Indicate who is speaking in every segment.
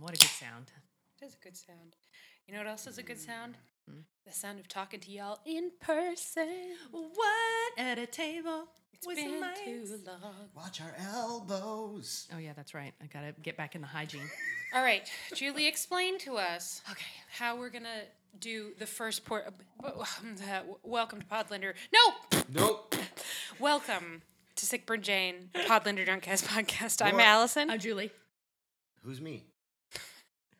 Speaker 1: What a good sound.
Speaker 2: It is a good sound. You know what else is a good sound?
Speaker 1: Mm-hmm.
Speaker 2: The sound of talking to y'all in person.
Speaker 1: What at a table?
Speaker 2: It's
Speaker 1: with
Speaker 2: been
Speaker 1: mice.
Speaker 2: too long.
Speaker 3: Watch our elbows.
Speaker 1: Oh yeah, that's right. I gotta get back in the hygiene.
Speaker 2: All right, Julie, explain to us
Speaker 1: Okay.
Speaker 2: how we're gonna do the first port. uh, Welcome to Podlander. No,
Speaker 3: Nope.
Speaker 2: welcome to Sickburn Jane Podlander Drunkcast podcast. I'm
Speaker 3: What?
Speaker 2: Allison.
Speaker 1: Oh Julie.
Speaker 3: Who's me?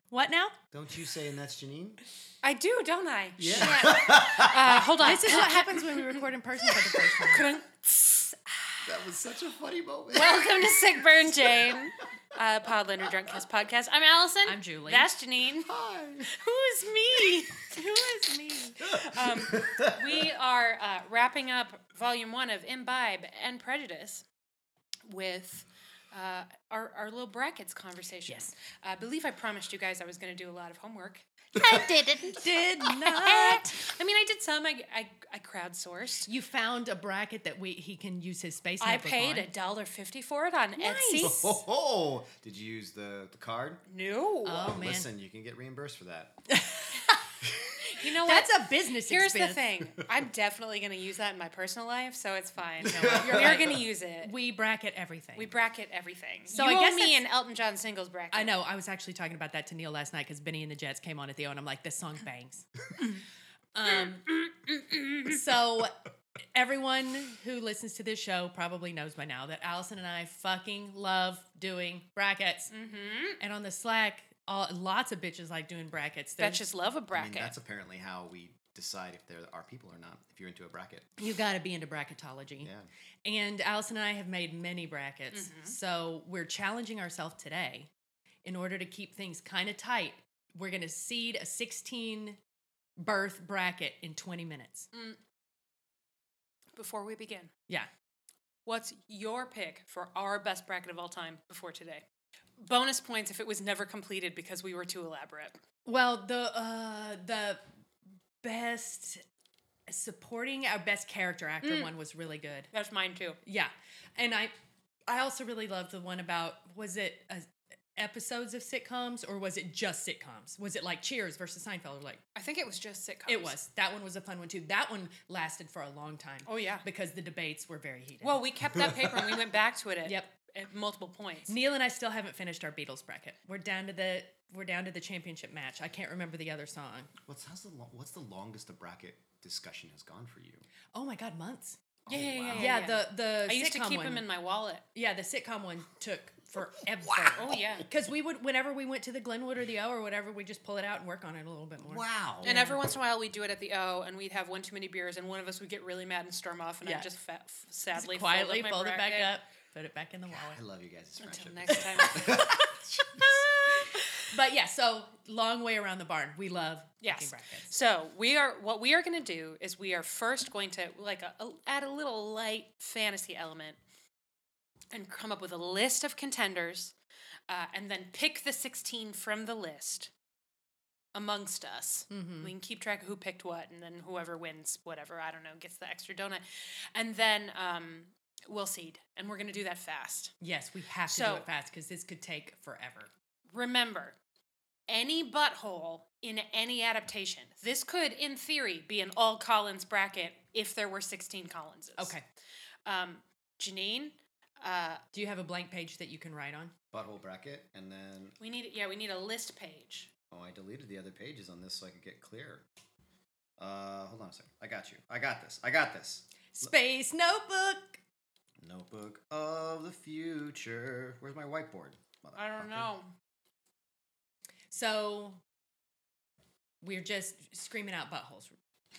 Speaker 1: What now?
Speaker 3: Don't you say, and that's Janine?
Speaker 2: I do, don't I?
Speaker 3: Yeah.
Speaker 2: Uh, hold on.
Speaker 1: This is what happens when we record in person for the first time.
Speaker 3: That was such a funny moment.
Speaker 2: Welcome to Sickburn Jane uh, Podlander Drunkcast podcast. I'm Allison.
Speaker 1: I'm Julie.
Speaker 2: That's Janine.
Speaker 3: Hi.
Speaker 2: Who is me?
Speaker 1: Who is me?
Speaker 2: Um, we are uh, wrapping up volume one of Imbibe and Prejudice with uh, our, our little brackets conversation. Uh,
Speaker 1: Yes.
Speaker 2: I believe I promised you guys I was going to do a lot of homework.
Speaker 1: Did not.
Speaker 2: I mean, I did some. I, I, I crowdsourced.
Speaker 1: You found a bracket that we he can use his space.
Speaker 2: I
Speaker 1: notebook
Speaker 2: paid
Speaker 1: on.
Speaker 2: a dollar fifty for it on Etsy.
Speaker 1: Nice.
Speaker 3: Ho, ho. Did you use the, the card?
Speaker 2: No,
Speaker 1: Oh man,
Speaker 3: Listen, you can get reimbursed for that.
Speaker 2: you know what?
Speaker 1: that's a business.
Speaker 2: Here's
Speaker 1: expense.
Speaker 2: the thing. I'm definitely going to use that in my personal life, so it's fine.
Speaker 1: what? You're
Speaker 2: We're
Speaker 1: right.
Speaker 2: going to use it.
Speaker 1: We bracket everything.
Speaker 2: We bracket everything. So
Speaker 1: So
Speaker 2: you
Speaker 1: I
Speaker 2: owe
Speaker 1: guess
Speaker 2: me
Speaker 1: that's-
Speaker 2: an Elton John singles bracket.
Speaker 1: I know. I was actually talking about that to Neil last night because Benny and the Jets came on at the O, and I'm like, this song bangs. um, so everyone who listens to this show probably knows by now that Allison and I fucking love doing brackets.
Speaker 2: Mm-hmm.
Speaker 1: And on the Slack, all, lots of bitches like doing brackets. There's-
Speaker 2: Betches love a
Speaker 3: I mean,
Speaker 2: bracket.
Speaker 3: that's apparently how we decide if there are people or not, if you're into a bracket.
Speaker 1: You got to be into bracketology.
Speaker 3: Yeah.
Speaker 1: And Allison and I have made many brackets.
Speaker 2: Mhm.
Speaker 1: So we're challenging ourselves today in order to keep things kind of tight. We're going to seed a 16 birth bracket in 20 minutes.
Speaker 2: before we begin,
Speaker 1: Yeah.
Speaker 2: what's your pick for our best bracket of all time before today? Bonus points if it was never completed because we were too elaborate.
Speaker 1: Well, the uh the best supporting our best character actor one was really good.
Speaker 2: That's mine too.
Speaker 1: Yeah. And I I also really loved the one about was it uh episodes of sitcoms or was it just sitcoms? Was it like Cheers versus Seinfeld or like
Speaker 2: I think it was just sitcoms.
Speaker 1: It was. That one was a fun one too. That one lasted for a long time.
Speaker 2: Oh, yeah.
Speaker 1: Because the debates were very heated.
Speaker 2: Well, we kept that paper and we went back to it at,
Speaker 1: Yep.
Speaker 2: at multiple points.
Speaker 1: Neil and I still haven't finished our Beatles bracket. We're down to the we're down to the championship match. I can't remember the other song.
Speaker 3: What's, how's the lo- what's the longest a bracket discussion has gone for you?
Speaker 1: Oh my god, months.
Speaker 2: yeah, yeah, yeah,
Speaker 1: Yeah, the the
Speaker 2: Oh, I used to
Speaker 1: sitcom
Speaker 2: keep
Speaker 1: one.
Speaker 2: them in my wallet.
Speaker 1: yeah, the sitcom one took forever.
Speaker 2: Oh yeah.
Speaker 1: Because we would, whenever we went to the Glenwood or the O or whatever, we just pull it out and work on it a little bit more.
Speaker 3: Wow.
Speaker 2: And every once in a while, we'd do it at the O, and we'd have one too many beers, and one of us would get really mad and storm off, and
Speaker 1: Yeah.
Speaker 2: I'd just fa- f- sadly
Speaker 1: Quietly
Speaker 2: fold, up my
Speaker 1: fold it back
Speaker 2: bracket
Speaker 1: up, put it back in the
Speaker 3: I
Speaker 1: wallet.
Speaker 3: love you guys' friendship.
Speaker 2: Until next time.
Speaker 1: But yeah, so long way around the barn. We love making
Speaker 2: yes.
Speaker 1: brackets.
Speaker 2: So we are what we are going to do is we are first going to like a, a- add a little light fantasy element, and come up with a list of contenders, uh, and then pick the sixteen from the list amongst us. We can keep track of who picked what, and then whoever wins, whatever I don't know, gets the extra donut, and then um, we'll seed, and we're going to do that fast.
Speaker 1: Yes, we have to
Speaker 2: So-
Speaker 1: do it fast because this could take forever.
Speaker 2: remember any butthole in any adaptation. This could, in theory, be an all Collins bracket if there were 16 Collinses.
Speaker 1: Okay.
Speaker 2: Um, Janine, uh,
Speaker 1: Do you have a blank page that you can write on?
Speaker 3: Butthole bracket, and then
Speaker 2: we need yeah, we need a list page.
Speaker 3: Oh, I deleted the other pages on this so I could get clear. Uh, hold on a second. I got you. I got this. I got this.
Speaker 1: Space notebook.
Speaker 3: Notebook of the future. Where's my whiteboard?
Speaker 2: I don't
Speaker 3: motherfucker?
Speaker 2: know.
Speaker 1: So we're just screaming out buttholes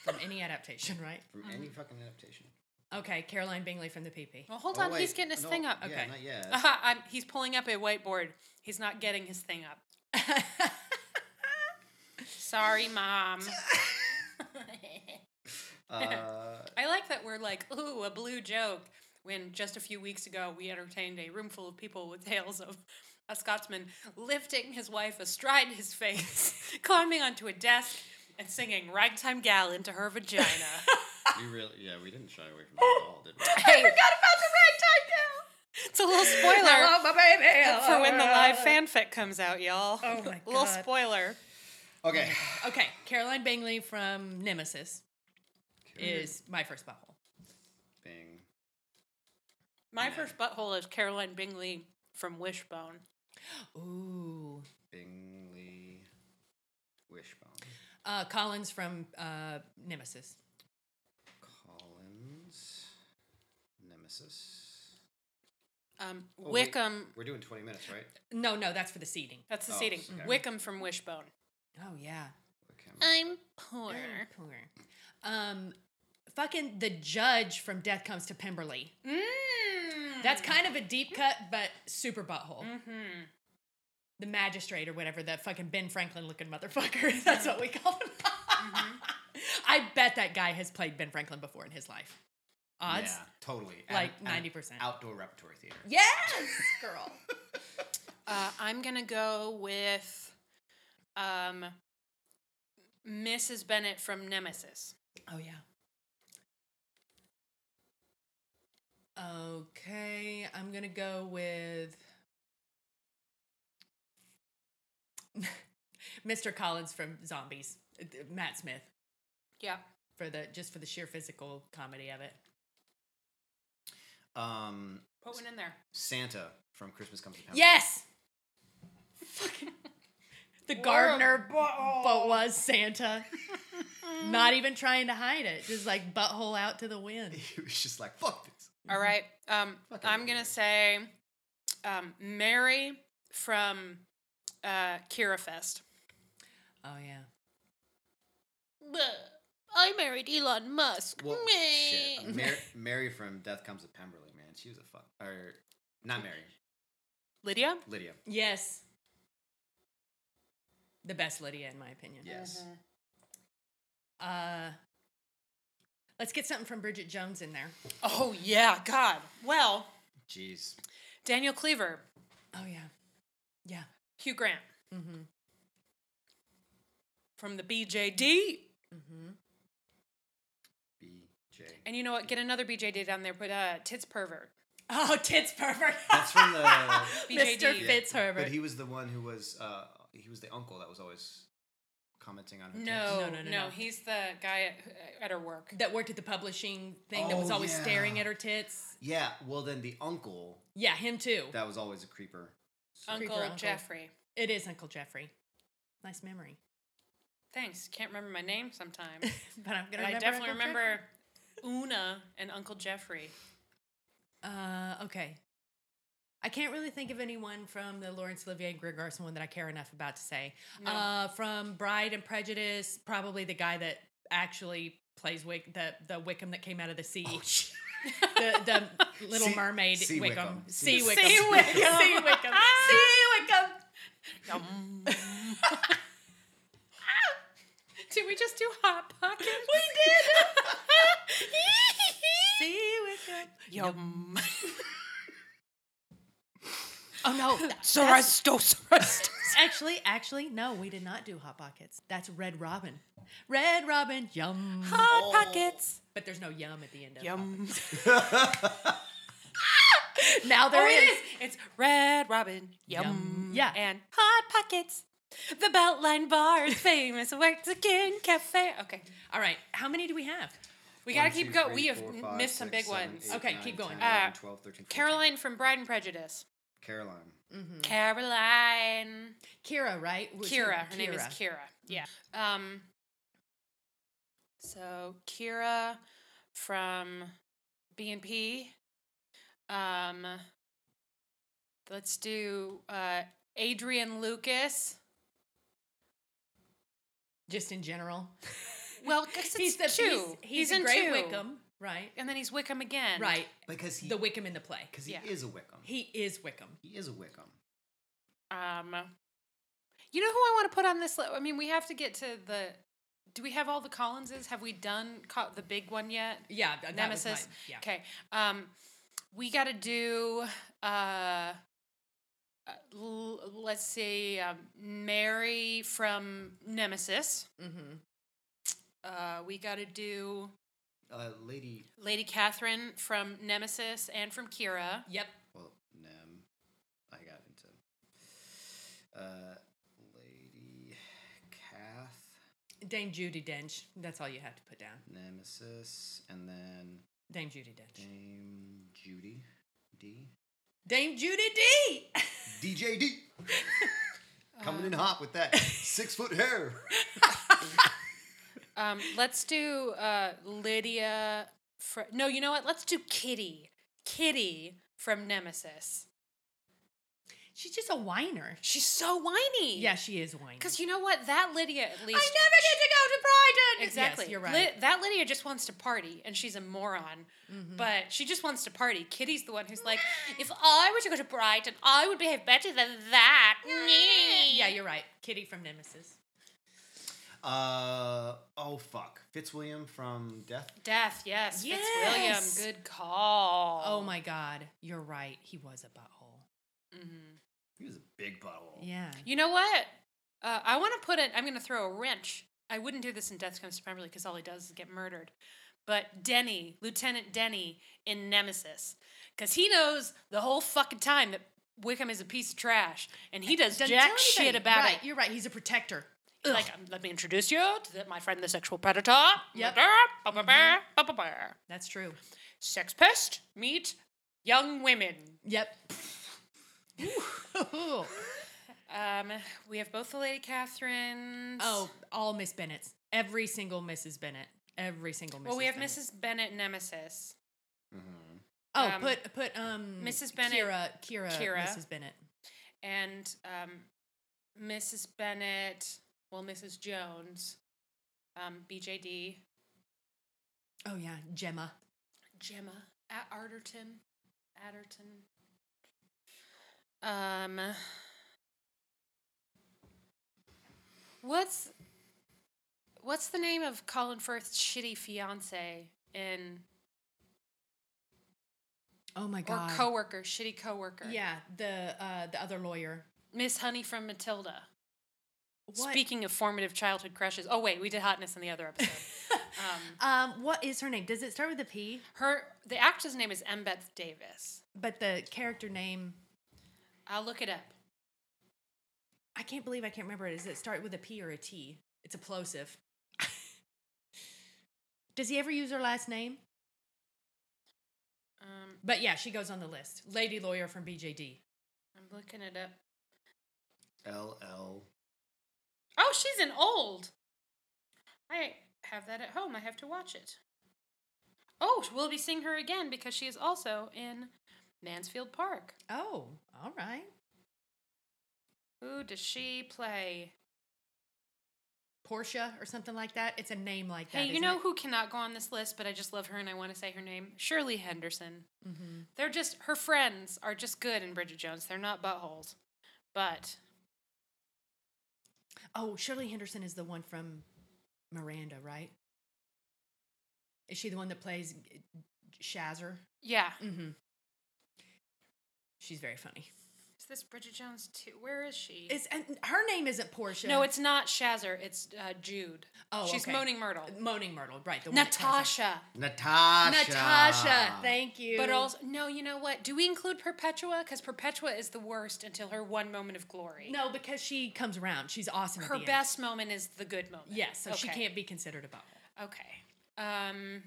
Speaker 1: from any adaptation, right?
Speaker 3: From
Speaker 2: Mm-hmm.
Speaker 3: any fucking adaptation.
Speaker 1: Okay, Caroline Bingley from the PP.
Speaker 2: Well, hold
Speaker 3: Oh,
Speaker 2: on. he's
Speaker 3: wait.
Speaker 2: getting his
Speaker 3: No,
Speaker 2: thing up.
Speaker 3: Yeah,
Speaker 1: Okay.
Speaker 3: not yet.
Speaker 2: Aha, I'm, he's pulling up a whiteboard. He's not getting his thing up. Sorry, mom.
Speaker 3: Uh,
Speaker 2: I like that we're like, ooh, a blue joke. When just a few weeks ago we entertained a room full of people with tales of a Scotsman lifting his wife astride his face, climbing onto a desk, and singing Ragtime Gal into her vagina.
Speaker 3: we really, yeah, we didn't shy away from that at all, did we?
Speaker 2: I forgot about the Ragtime Gal! It's a little spoiler
Speaker 1: my baby.
Speaker 2: for when when the live fanfic comes out, y'all.
Speaker 1: Oh my
Speaker 2: Little
Speaker 1: God.
Speaker 2: spoiler.
Speaker 4: Okay.
Speaker 1: Okay, Caroline Bingley from Nemesis
Speaker 4: Mm-hmm.
Speaker 1: is my first butthole.
Speaker 4: Bing.
Speaker 2: My first butthole is Caroline Bingley from Wishbone.
Speaker 1: Ooh.
Speaker 4: Bingley. Wishbone.
Speaker 1: Uh, Collins from uh, Nemesis.
Speaker 4: Collins. Nemesis.
Speaker 2: Um,
Speaker 4: Oh, wait.
Speaker 2: Wickham.
Speaker 4: We're doing 20 minutes, right?
Speaker 1: No, no, that's for the seating.
Speaker 2: That's the
Speaker 4: Oh,
Speaker 2: seating.
Speaker 4: okay.
Speaker 2: Wickham from Wishbone.
Speaker 1: Oh yeah.
Speaker 4: Okay.
Speaker 2: I'm poor.
Speaker 1: Oh, poor. Um, fucking the judge from Death Comes to Pemberley.
Speaker 2: Mm.
Speaker 1: That's kind of a deep cut, but super butthole.
Speaker 2: hmm
Speaker 1: The magistrate or whatever, that fucking Ben Franklin looking motherfucker. That's what we call him. I bet that guy has played Ben Franklin before in his life. Odds?
Speaker 4: Yeah, totally. At
Speaker 1: Like
Speaker 4: an- at an
Speaker 1: 90%.
Speaker 4: Outdoor repertory theater.
Speaker 1: Yes, girl.
Speaker 2: Uh, I'm gonna go with um, Mrs. Bennett from Nemesis.
Speaker 1: oh yeah. Okay, I'm gonna go with Mr. Collins from Zombies, uh, Matt Smith
Speaker 2: Yeah.
Speaker 1: for the just for the sheer physical comedy of it.
Speaker 4: Um,
Speaker 2: Put one in there.
Speaker 4: Santa from Christmas Comes to Town.
Speaker 1: Yes. the gardener but was Santa. Not even trying to hide it, just like butthole out to the wind.
Speaker 4: He was just like, fuck this.
Speaker 2: All right. Um,
Speaker 4: Fucking
Speaker 2: I'm gonna
Speaker 4: weird.
Speaker 2: say um, Mary from uh, Kira Fest.
Speaker 1: Oh yeah.
Speaker 2: I married Elon Musk.
Speaker 4: Well, shit. Mary, Mary from Death Comes to Pemberley, man. She was a fuck. Or, not Mary.
Speaker 2: Lydia.
Speaker 4: Lydia.
Speaker 1: Yes. The best Lydia, in my opinion.
Speaker 4: Yes.
Speaker 1: Uh, let's get something from Bridget Jones in there.
Speaker 2: Oh yeah, God. Well,
Speaker 4: Jeez.
Speaker 2: Daniel Cleaver,
Speaker 1: Oh yeah, yeah.
Speaker 2: Hugh Grant
Speaker 1: Mm-hmm.
Speaker 2: from the BJD.
Speaker 1: Mm-hmm.
Speaker 4: BJ.
Speaker 2: And you know what? Get another BJD down there. Put uh, tits pervert.
Speaker 1: Oh, tits pervert.
Speaker 4: That's from the.
Speaker 1: Mr.
Speaker 2: BJD.
Speaker 1: Fitzherbert.
Speaker 4: But he was the one who was, uh, he was the uncle that was always commenting on her.
Speaker 2: No,
Speaker 1: No,
Speaker 2: no,
Speaker 1: no,
Speaker 2: no,
Speaker 1: no, no.
Speaker 2: He's the guy at, at her work.
Speaker 1: that worked at the publishing thing that was
Speaker 4: Oh,
Speaker 1: always
Speaker 4: yeah.
Speaker 1: staring at her tits.
Speaker 4: Yeah, well, then the uncle,
Speaker 1: Yeah, him too.
Speaker 4: that was always a creeper. So-
Speaker 2: Uncle,
Speaker 1: Uncle.
Speaker 2: Jeffrey.
Speaker 1: It is Uncle Jeffrey. Nice memory.
Speaker 2: Thanks. Can't remember my name sometimes.
Speaker 1: But I'm
Speaker 2: but
Speaker 1: gonna.
Speaker 2: I
Speaker 1: remember
Speaker 2: definitely
Speaker 1: Uncle Jeffrey.
Speaker 2: remember Una and Uncle Jeffrey.
Speaker 1: Uh, okay. I can't really think of anyone from the Laurence Olivier and Greer Garson one that I care enough about to say.
Speaker 2: No.
Speaker 1: Uh, from Bride and Prejudice, probably the guy that actually plays Wick, the the Wickham that came out of the sea, the the Little
Speaker 4: Sea-
Speaker 1: Mermaid
Speaker 4: Sea
Speaker 1: Wickham,
Speaker 4: Wickham.
Speaker 1: Sea
Speaker 4: Sea
Speaker 1: Wickham,
Speaker 2: Sea Wickham.
Speaker 1: Sea Wickham, Sea Wickham.
Speaker 2: Yum. Did we just do Hot Pockets?
Speaker 1: Sea Wickham.
Speaker 2: We did. Yum.
Speaker 1: Oh no!
Speaker 2: Zarasto, Zarasto.
Speaker 1: Actually, actually, no, we did not do Hot Pockets. That's Red Robin. Red Robin, yum.
Speaker 4: Mm. Oh.
Speaker 2: Hot Pockets.
Speaker 1: But there's no yum at the end of it.
Speaker 2: Yum.
Speaker 1: Now there
Speaker 2: There
Speaker 1: is.
Speaker 2: Oh, it is. It's Red Robin. Yum.
Speaker 1: Yum. Yeah.
Speaker 2: And Hot Pockets. The Beltline Bar is famous Mexican cafe. Okay.
Speaker 1: All right, how many do we have?
Speaker 2: We got to
Speaker 4: One,
Speaker 2: keep
Speaker 4: two,
Speaker 2: going.
Speaker 4: three,
Speaker 2: We have
Speaker 4: four,
Speaker 2: m-
Speaker 4: five,
Speaker 2: missed some
Speaker 4: six,
Speaker 2: big
Speaker 4: seven,
Speaker 2: ones.
Speaker 4: eight,
Speaker 1: Okay,
Speaker 4: nine,
Speaker 1: keep
Speaker 4: 10,
Speaker 1: going.
Speaker 4: 11,
Speaker 2: Uh,
Speaker 4: 12, 13, 14.
Speaker 2: Caroline from Bride and Prejudice.
Speaker 4: Caroline.
Speaker 2: Caroline.
Speaker 1: Kira, right? Was it
Speaker 2: Mm-hmm. Kira. Her name is
Speaker 1: Mm.
Speaker 2: Kira. Yeah. Um. So Kira from B and P. Um. Let's do uh, Adrian Lucas.
Speaker 1: Just in general.
Speaker 2: Well, 'cause it's
Speaker 1: He's the
Speaker 2: two.
Speaker 1: He's, he's, a
Speaker 2: in
Speaker 1: great
Speaker 2: two.
Speaker 1: Wickham, right?
Speaker 2: and then he's Wickham again.
Speaker 1: Right.
Speaker 4: Because he,
Speaker 1: The Wickham in the play.
Speaker 4: cause he
Speaker 2: yeah.
Speaker 4: is a Wickham. He,
Speaker 1: He is Wickham.
Speaker 4: is a Wickham.
Speaker 2: Um. You know who I want to put on this? Li- I mean, we have to get to the. Do we have all the Collinses? Have we done co- the big one yet?
Speaker 1: Yeah, th- that was
Speaker 2: Nemesis.
Speaker 1: mine. Yeah.
Speaker 2: Okay. Um, we got to do. Uh, uh, l- let's see, um, Mary from Nemesis.
Speaker 1: Mm-hmm.
Speaker 2: Uh, we got to do
Speaker 4: Uh, Lady,
Speaker 2: Lady Catherine from Nemesis and from Kira.
Speaker 1: Yep.
Speaker 4: well, Nam. I got into
Speaker 3: uh,
Speaker 1: Dame Judy Dench. That's all you have to put down.
Speaker 3: Nemesis, and then
Speaker 1: Dame Judy Dench.
Speaker 3: Dame Judy D.
Speaker 1: Dame Judy D.
Speaker 3: DJ D. Coming in
Speaker 2: Uh.
Speaker 3: hot with that six foot hair.
Speaker 2: Um, let's do uh, Lydia. Fr- no, you know what? Let's do Kitty. Kitty from Nemesis.
Speaker 1: She's just a whiner.
Speaker 2: She's so whiny.
Speaker 1: Yeah, she is whiny.
Speaker 2: Because you know what? That Lydia, at
Speaker 1: get
Speaker 2: least.
Speaker 1: to go to Brighton.
Speaker 2: Exactly.
Speaker 1: Yes, you're right. Mm-hmm.
Speaker 2: Ly- that Lydia just wants to party, and she's a moron. But she just wants to party. Kitty's the one who's like, if I were to go to Brighton, I would behave better than that.
Speaker 1: yeah, you're right. Kitty from Nemesis.
Speaker 3: Uh oh fuck. Fitzwilliam from Death.
Speaker 2: Death, yes.
Speaker 1: Yes.
Speaker 2: Fitzwilliam, good call.
Speaker 1: Oh my God, you're right. He was a butthole.
Speaker 3: He was a big butthole.
Speaker 1: Yeah.
Speaker 2: You know what? Uh, I want to put it. I'm going to throw a wrench. I wouldn't do this in Death Comes to Pemberley because all he does is get murdered. But Denny, Lieutenant Denny in Nemesis, because he knows the whole fucking time that Wickham is a piece of trash, and he does
Speaker 1: Doesn't
Speaker 2: jack
Speaker 1: tell
Speaker 2: shit
Speaker 1: anybody.
Speaker 2: about
Speaker 1: right,
Speaker 2: it.
Speaker 1: You're right. He's a protector.
Speaker 2: He's Like, um, let me introduce you to the, my friend, the sexual predator.
Speaker 1: Yep. Mm-hmm.
Speaker 2: Ba-ba-ba, ba-ba-ba.
Speaker 1: That's true.
Speaker 2: Sex pest meet young women.
Speaker 1: Yep. Ooh.
Speaker 2: Um, we have both the Lady Catherine.
Speaker 1: oh, all Miss Bennett's. Every single Mrs. Bennett. Every single Mrs.
Speaker 2: Well, we have
Speaker 1: Bennett.
Speaker 2: Mrs. Bennett Nemesis.
Speaker 3: Mhm.
Speaker 1: Oh,
Speaker 2: um,
Speaker 1: put put um
Speaker 2: Mrs. Bennett-
Speaker 1: Kira, Kira,
Speaker 2: Kira.
Speaker 1: Mrs. Bennett.
Speaker 2: and um, Mrs. Bennett, well, Mrs. Jones, um, BJD,
Speaker 1: Oh yeah, Gemma.
Speaker 2: Gemma, at Arterton, Atherton. Um, what's what's the name of Colin Firth's shitty fiance in
Speaker 1: Oh my
Speaker 2: or
Speaker 1: god.
Speaker 2: coworker, shitty coworker?
Speaker 1: yeah, the uh the other lawyer.
Speaker 2: Miss Honey from Matilda.
Speaker 1: What?
Speaker 2: Speaking of formative childhood crushes, oh wait, we did hotness in the other episode. um,
Speaker 1: Um, what is her name? Does it start with a P?
Speaker 2: Her the actress name is Embeth Davis.
Speaker 1: But the character name,
Speaker 2: I'll look it up.
Speaker 1: I can't believe I can't remember it. Does it start with a P or a T? It's a plosive. Does he ever use her last name?
Speaker 2: Um,
Speaker 1: But yeah, she goes on the list. Lady lawyer from BJD.
Speaker 2: I'm looking it up.
Speaker 3: LL.
Speaker 2: Oh, she's an old. I have that at home. I have to watch it. Oh, we'll be seeing her again because she is also in Mansfield Park.
Speaker 1: Oh, all right.
Speaker 2: Who does she play?
Speaker 1: Portia or something like that. It's a name like that.
Speaker 2: hey, you
Speaker 1: isn't
Speaker 2: know
Speaker 1: it?
Speaker 2: who cannot go on this list, but I just love her and I want to say her name? Shirley Henderson.
Speaker 1: Mm-hmm.
Speaker 2: They're just, her friends are just good in Bridget Jones. They're not buttholes. But
Speaker 1: Oh, Shirley Henderson is the one from Miranda, right? Is she the one that plays Shazzer?
Speaker 2: yeah,
Speaker 1: Mm-hmm. She's very funny.
Speaker 2: Is this Bridget Jones too? Where is she?
Speaker 1: It's and her name isn't Portia.
Speaker 2: no, it's not Shazzer. It's uh, Jude.
Speaker 1: Oh,
Speaker 2: she's
Speaker 1: okay.
Speaker 2: Moaning Myrtle.
Speaker 1: Moaning Myrtle, right? The one that tells her-
Speaker 2: Natasha.
Speaker 3: Natasha.
Speaker 2: Natasha,
Speaker 1: Thank you.
Speaker 2: But also, no, you know what? Do we include Perpetua? Because Perpetua is the worst until her one moment of glory.
Speaker 1: no, because she comes around. She's awesome. at
Speaker 2: Her
Speaker 1: the end.
Speaker 2: best moment is the good moment.
Speaker 1: Yes, so she
Speaker 2: Okay.
Speaker 1: can't be considered a butthole.
Speaker 2: Okay. Um,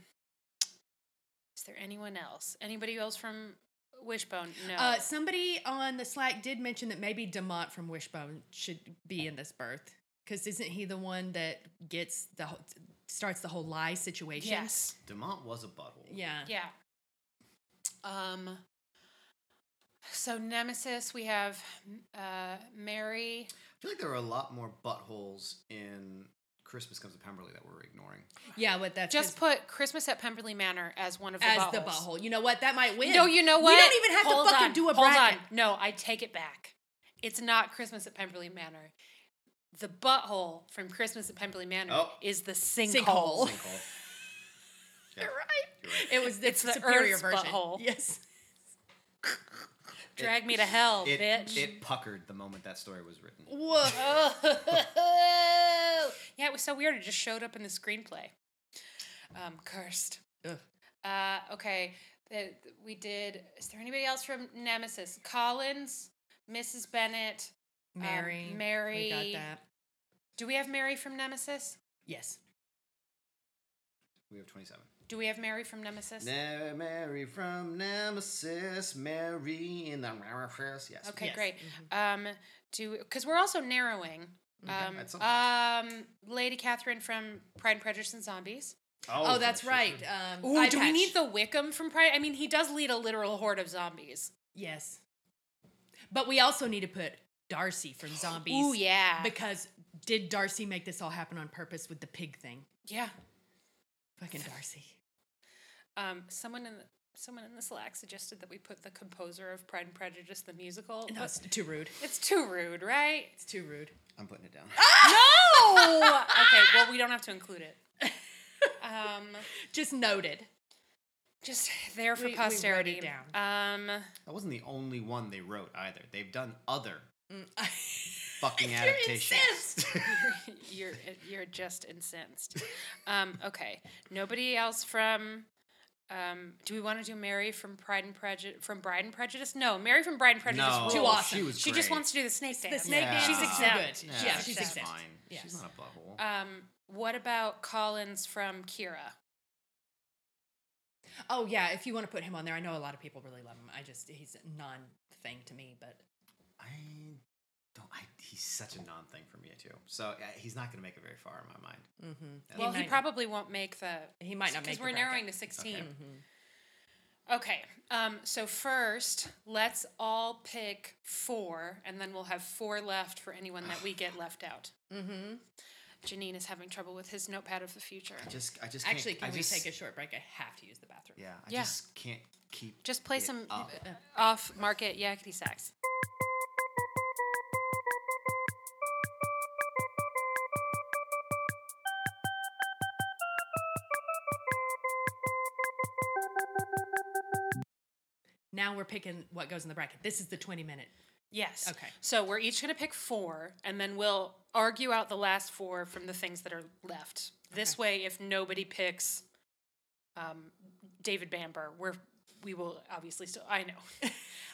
Speaker 2: is there anyone else? Anybody else from Wishbone? No.
Speaker 1: Uh, somebody on the Slack did mention that maybe Demont from Wishbone should be in this berth because isn't he the one that gets the whole, starts the whole lie situation?
Speaker 2: yes.
Speaker 3: Demont was a butthole.
Speaker 1: Yeah.
Speaker 2: Yeah. Um. So Nemesis, we have uh, Mary.
Speaker 3: I feel like there were a lot more buttholes in Christmas Comes to Pemberley that we're ignoring.
Speaker 1: Yeah. What that's
Speaker 2: Just put Christmas at Pemberley Manor as one of the
Speaker 1: as
Speaker 2: buttholes.
Speaker 1: the butthole. You know what? That might win.
Speaker 2: No, you know what?
Speaker 1: We don't even have
Speaker 2: Hold
Speaker 1: to fucking
Speaker 2: on,
Speaker 1: do a
Speaker 2: hold
Speaker 1: bracket.
Speaker 2: on. No, I take it back. It's not Christmas at Pemberley Manor. The butthole from Christmas at Pemberley Manor
Speaker 3: Oh.
Speaker 2: is the
Speaker 1: Sinkhole.
Speaker 2: sinkhole.
Speaker 3: Sinkhole. Yeah,
Speaker 2: You're right.
Speaker 3: you're right.
Speaker 1: It was the
Speaker 2: It's the
Speaker 1: superior
Speaker 2: Earth's
Speaker 1: version.
Speaker 2: butthole.
Speaker 1: Yes.
Speaker 2: Drag me to hell,
Speaker 3: It,
Speaker 2: bitch.
Speaker 3: it puckered the moment that story was written.
Speaker 1: Whoa.
Speaker 2: Oh. yeah, it was so weird. It just showed up in the screenplay. Um, cursed.
Speaker 1: Ugh.
Speaker 2: Uh, okay. The, we did. Is there anybody else from Nemesis? Collins, Mrs. Bennett. um,
Speaker 1: Mary.
Speaker 2: Mary.
Speaker 1: We got that.
Speaker 2: Do we have Mary from Nemesis?
Speaker 1: Yes.
Speaker 4: We have 27.
Speaker 2: Do we have Mary from Nemesis?
Speaker 4: Ne- Mary from Nemesis, Mary in the Nemesis. Yes.
Speaker 2: Okay,
Speaker 1: Yes. Mm-hmm.
Speaker 2: great. Um, do because we're also narrowing.
Speaker 1: Mm-hmm.
Speaker 2: Um,
Speaker 4: That's
Speaker 2: um, Lady Catherine from Pride and Prejudice and Zombies.
Speaker 1: Oh,
Speaker 4: for
Speaker 1: that's
Speaker 4: sure.
Speaker 1: right. Um,
Speaker 2: Ooh,
Speaker 1: eye
Speaker 2: do we
Speaker 1: patch.
Speaker 2: need the Wickham from Pride? I mean, he does lead a literal horde of zombies.
Speaker 1: Yes. But we also need to put Darcy from Zombies.
Speaker 2: Ooh, yeah,
Speaker 1: Because did Darcy make this all happen on purpose with the pig thing?
Speaker 2: yeah.
Speaker 1: Fucking Darcy.
Speaker 2: Um, someone in the, someone in the Slack suggested that we put the composer of Pride and Prejudice the musical.
Speaker 1: No,
Speaker 2: but
Speaker 1: it's too rude.
Speaker 2: it's too rude, right?
Speaker 1: It's too rude.
Speaker 4: I'm putting it down.
Speaker 1: Ah!
Speaker 2: no. Okay. Well, we don't have to include it. Um,
Speaker 1: Just noted.
Speaker 2: just there for
Speaker 1: We- we wrote it
Speaker 2: posterity. Um.
Speaker 4: That wasn't the only one they wrote either. They've done other
Speaker 1: You're
Speaker 4: fucking adaptations.
Speaker 1: incensed.
Speaker 2: you're you're just incensed. Um, okay. Nobody else from. Um, do we want to do Mary from Pride and Prejudice? From Bride and Prejudice? No, Mary from Bride and Prejudice.
Speaker 4: no,
Speaker 2: rules.
Speaker 1: Too awesome.
Speaker 4: She was.
Speaker 2: She just
Speaker 4: great.
Speaker 2: wants to do the snake dance.
Speaker 1: snake
Speaker 4: dance
Speaker 2: She's
Speaker 4: is so
Speaker 2: exempt.
Speaker 1: good.
Speaker 4: Nah,
Speaker 1: Yeah,
Speaker 2: She's
Speaker 1: she's
Speaker 2: exempt.
Speaker 1: exempt.
Speaker 4: fine.
Speaker 1: Yes.
Speaker 4: She's not a butthole.
Speaker 2: Um, what about Collins from Kira?
Speaker 1: Oh yeah, if you want to put him on there, I know a lot of people really love him. I just he's non thing to me, but
Speaker 4: I don't. I, he's such a non thing for me too. So yeah, he's not going to make it very far in my mind. Yeah.
Speaker 2: Well, he
Speaker 1: might-
Speaker 2: probably won't make the.
Speaker 1: mm-hmm. he might not make.
Speaker 2: Because
Speaker 1: the Mm-hmm.
Speaker 2: we're
Speaker 1: bracket.
Speaker 2: narrowing to 16. Okay. Um, so first, let's all pick four, and then we'll have four left for anyone that we get left out. Mm-hmm. Janine is having trouble with his notepad of the future.
Speaker 4: I just. I just can't-
Speaker 1: Mm. Actually, can
Speaker 4: I
Speaker 1: we
Speaker 4: just,
Speaker 1: take a short break? I have to use the bathroom.
Speaker 4: Yeah. I
Speaker 2: Yeah.
Speaker 4: just can't keep.
Speaker 2: Just play
Speaker 4: it
Speaker 2: some
Speaker 4: up.
Speaker 2: off market yakety sax.
Speaker 1: Now we're picking what goes in the bracket. This is the twenty minute.
Speaker 2: Yes.
Speaker 1: Okay.
Speaker 2: So we're each going to pick four, and then we'll argue out the last four from the things that are left. This way, if nobody picks um, David Bamber, we're we will obviously still. I know.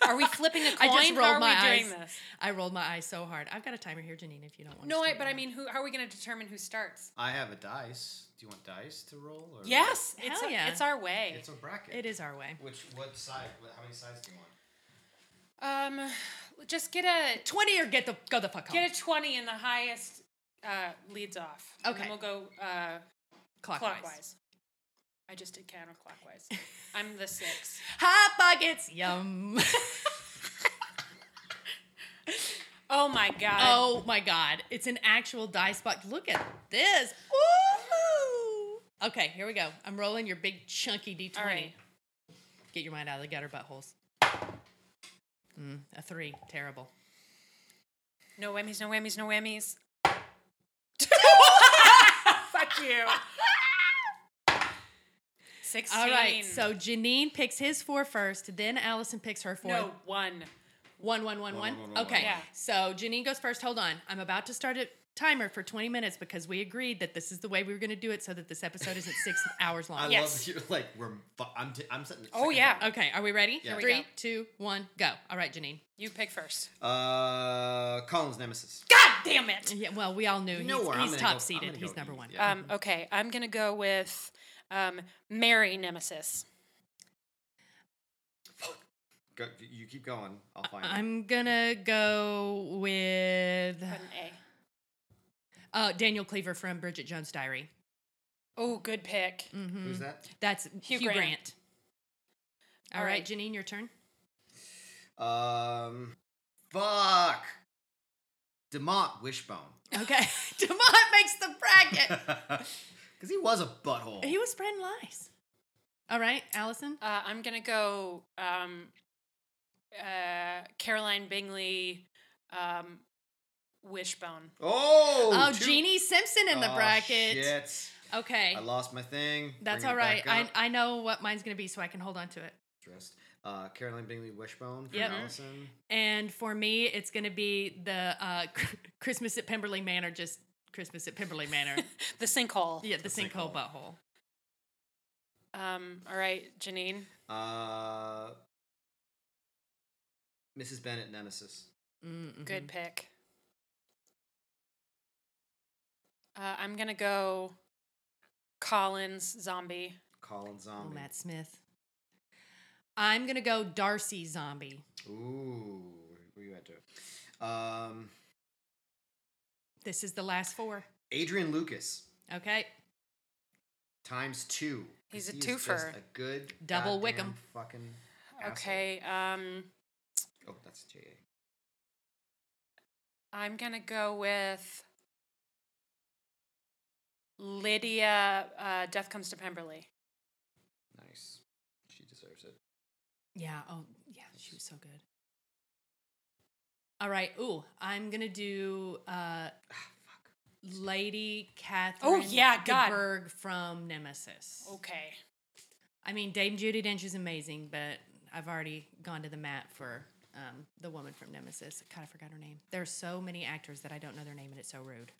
Speaker 2: Are we flipping a
Speaker 1: I
Speaker 2: coin?
Speaker 1: just
Speaker 2: How
Speaker 1: rolled
Speaker 2: are
Speaker 1: my
Speaker 2: we
Speaker 1: eyes.
Speaker 2: doing this?
Speaker 1: I rolled my eyes so hard. I've got a timer here, Janine. If you don't want.
Speaker 2: No,
Speaker 1: to
Speaker 2: I,
Speaker 1: stay
Speaker 2: but I
Speaker 1: around.
Speaker 2: mean, who? How are we going to determine who starts?
Speaker 4: I have a dice. Do you want dice to roll? Or
Speaker 2: Yes, it's,
Speaker 1: Hell yeah.
Speaker 2: it's our way.
Speaker 4: It's a bracket.
Speaker 1: it is our way.
Speaker 4: Which what side? What, how many sides do you want?
Speaker 2: um, just get a
Speaker 1: Twenty or get the go the fuck home.
Speaker 2: get a twenty, and the highest uh, leads off. And then
Speaker 1: Okay.
Speaker 2: we'll go uh,
Speaker 1: clockwise.
Speaker 2: clockwise. I just did counterclockwise. I'm the six.
Speaker 1: Hot pockets. Yum.
Speaker 2: Oh my god.
Speaker 1: oh my god, it's an actual dice box. Look at this. Woo! Okay, here we go. I'm rolling your big chunky d20.
Speaker 2: All right.
Speaker 1: Get your mind out of the gutter buttholes. Mm, a three. Terrible.
Speaker 2: No whammies, no whammies, no whammies. Fuck you. 16.
Speaker 1: All right. So Janine picks his four first, then Allison picks her four.
Speaker 2: no one.
Speaker 1: One, one, one,
Speaker 4: One,
Speaker 1: one.
Speaker 4: one, one, one,
Speaker 1: Okay.
Speaker 4: one.
Speaker 2: Yeah.
Speaker 1: So Janine goes first. Hold on. I'm about to start a timer for 20 minutes because we agreed that this is the way we were going to do it so that this episode isn't six hours long.
Speaker 4: I
Speaker 2: Yes.
Speaker 4: love that you're like we're. fu- I'm. T- I'm setting. the
Speaker 2: Oh,
Speaker 4: second
Speaker 2: yeah.
Speaker 4: timer.
Speaker 1: Okay. Are we ready?
Speaker 4: Yeah. Here we
Speaker 1: Three,
Speaker 2: go.
Speaker 1: two, one, go. All right, Janine.
Speaker 2: You pick first.
Speaker 4: Uh, Colin's nemesis.
Speaker 2: God damn it.
Speaker 1: Yeah, well, we all knew
Speaker 4: know
Speaker 1: he's,
Speaker 4: where I'm
Speaker 1: he's
Speaker 4: gonna go-
Speaker 1: top
Speaker 4: I'm
Speaker 1: seated.
Speaker 4: gonna
Speaker 1: He's
Speaker 4: go
Speaker 1: number
Speaker 4: eat,
Speaker 1: one.
Speaker 4: yeah.
Speaker 2: Um, okay, I'm going to go with um, Mary Nemesis.
Speaker 4: Go, you keep going. I'll find. it.
Speaker 1: Uh, I'm gonna go with
Speaker 2: Put an A.
Speaker 1: uh, Daniel Cleaver from Bridget Jones' Diary. Mm-hmm.
Speaker 2: Oh, good pick.
Speaker 4: Who's that?
Speaker 1: That's
Speaker 2: Hugh
Speaker 1: Hugh,
Speaker 2: Grant.
Speaker 1: Grant.
Speaker 2: All
Speaker 1: all right.
Speaker 2: right.
Speaker 1: Janine, your turn.
Speaker 4: Um, fuck. Demont Wishbone.
Speaker 1: Okay, Demont makes the bracket.
Speaker 4: Because he was a butthole.
Speaker 1: he was spreading lies. All right, Allison.
Speaker 2: Uh, I'm going to go um, uh, Caroline Bingley um, Wishbone.
Speaker 4: oh,
Speaker 1: Oh,
Speaker 4: two-
Speaker 1: Jeannie Simpson in the
Speaker 4: Oh,
Speaker 1: bracket.
Speaker 4: Shit.
Speaker 1: Okay,
Speaker 4: I lost my thing.
Speaker 1: that's
Speaker 4: Bringing
Speaker 1: all
Speaker 4: it
Speaker 1: right.
Speaker 4: back
Speaker 1: I,
Speaker 4: up.
Speaker 1: I know what mine's gonna be, so I can hold on to it.
Speaker 4: Dressed. Uh, Caroline Bingley Wishbone for
Speaker 1: Yep.
Speaker 4: Allison.
Speaker 1: And for me, it's gonna be the uh, Christmas at Pemberley Manor. Just Christmas at Pemberley Manor.
Speaker 2: The sinkhole.
Speaker 1: yeah, the
Speaker 4: sinkhole.
Speaker 1: sinkhole butthole.
Speaker 2: Um, all right, Janine.
Speaker 4: Uh, Mrs. Bennett Nemesis.
Speaker 1: Mm-mm.
Speaker 2: Good pick. Uh, I'm gonna go Collins zombie.
Speaker 4: Colin
Speaker 1: Oh,
Speaker 4: Zombie.
Speaker 1: Matt Smith. I'm gonna go Darcy Zombie.
Speaker 4: Ooh, where you at, Joe? Um,
Speaker 1: This is the last four.
Speaker 4: Adrian Lucas
Speaker 1: Okay.
Speaker 4: times two. 'cause
Speaker 2: He's a
Speaker 4: he is just
Speaker 2: twofer.
Speaker 4: a good
Speaker 1: Double
Speaker 4: goddamn
Speaker 1: Wickham.
Speaker 4: Fucking. asshole.
Speaker 2: Okay. Um,
Speaker 4: Oh, that's J A.
Speaker 2: I'm gonna go with Lydia. Uh, Death comes to Pemberley.
Speaker 4: Nice. She deserves it.
Speaker 1: Yeah. Oh, yeah. She was so good. All right. Ooh, I'm gonna do uh,
Speaker 4: Ah,
Speaker 1: Lady Catherine.
Speaker 2: Oh, yeah, Oh. God.
Speaker 1: Goldberg from Nemesis.
Speaker 2: Okay.
Speaker 1: I mean, Dame Judy Dench is amazing, but I've already gone to the mat for um, the woman from Nemesis. I kind of forgot her name. There's so many actors that I don't know their name, and it's so rude.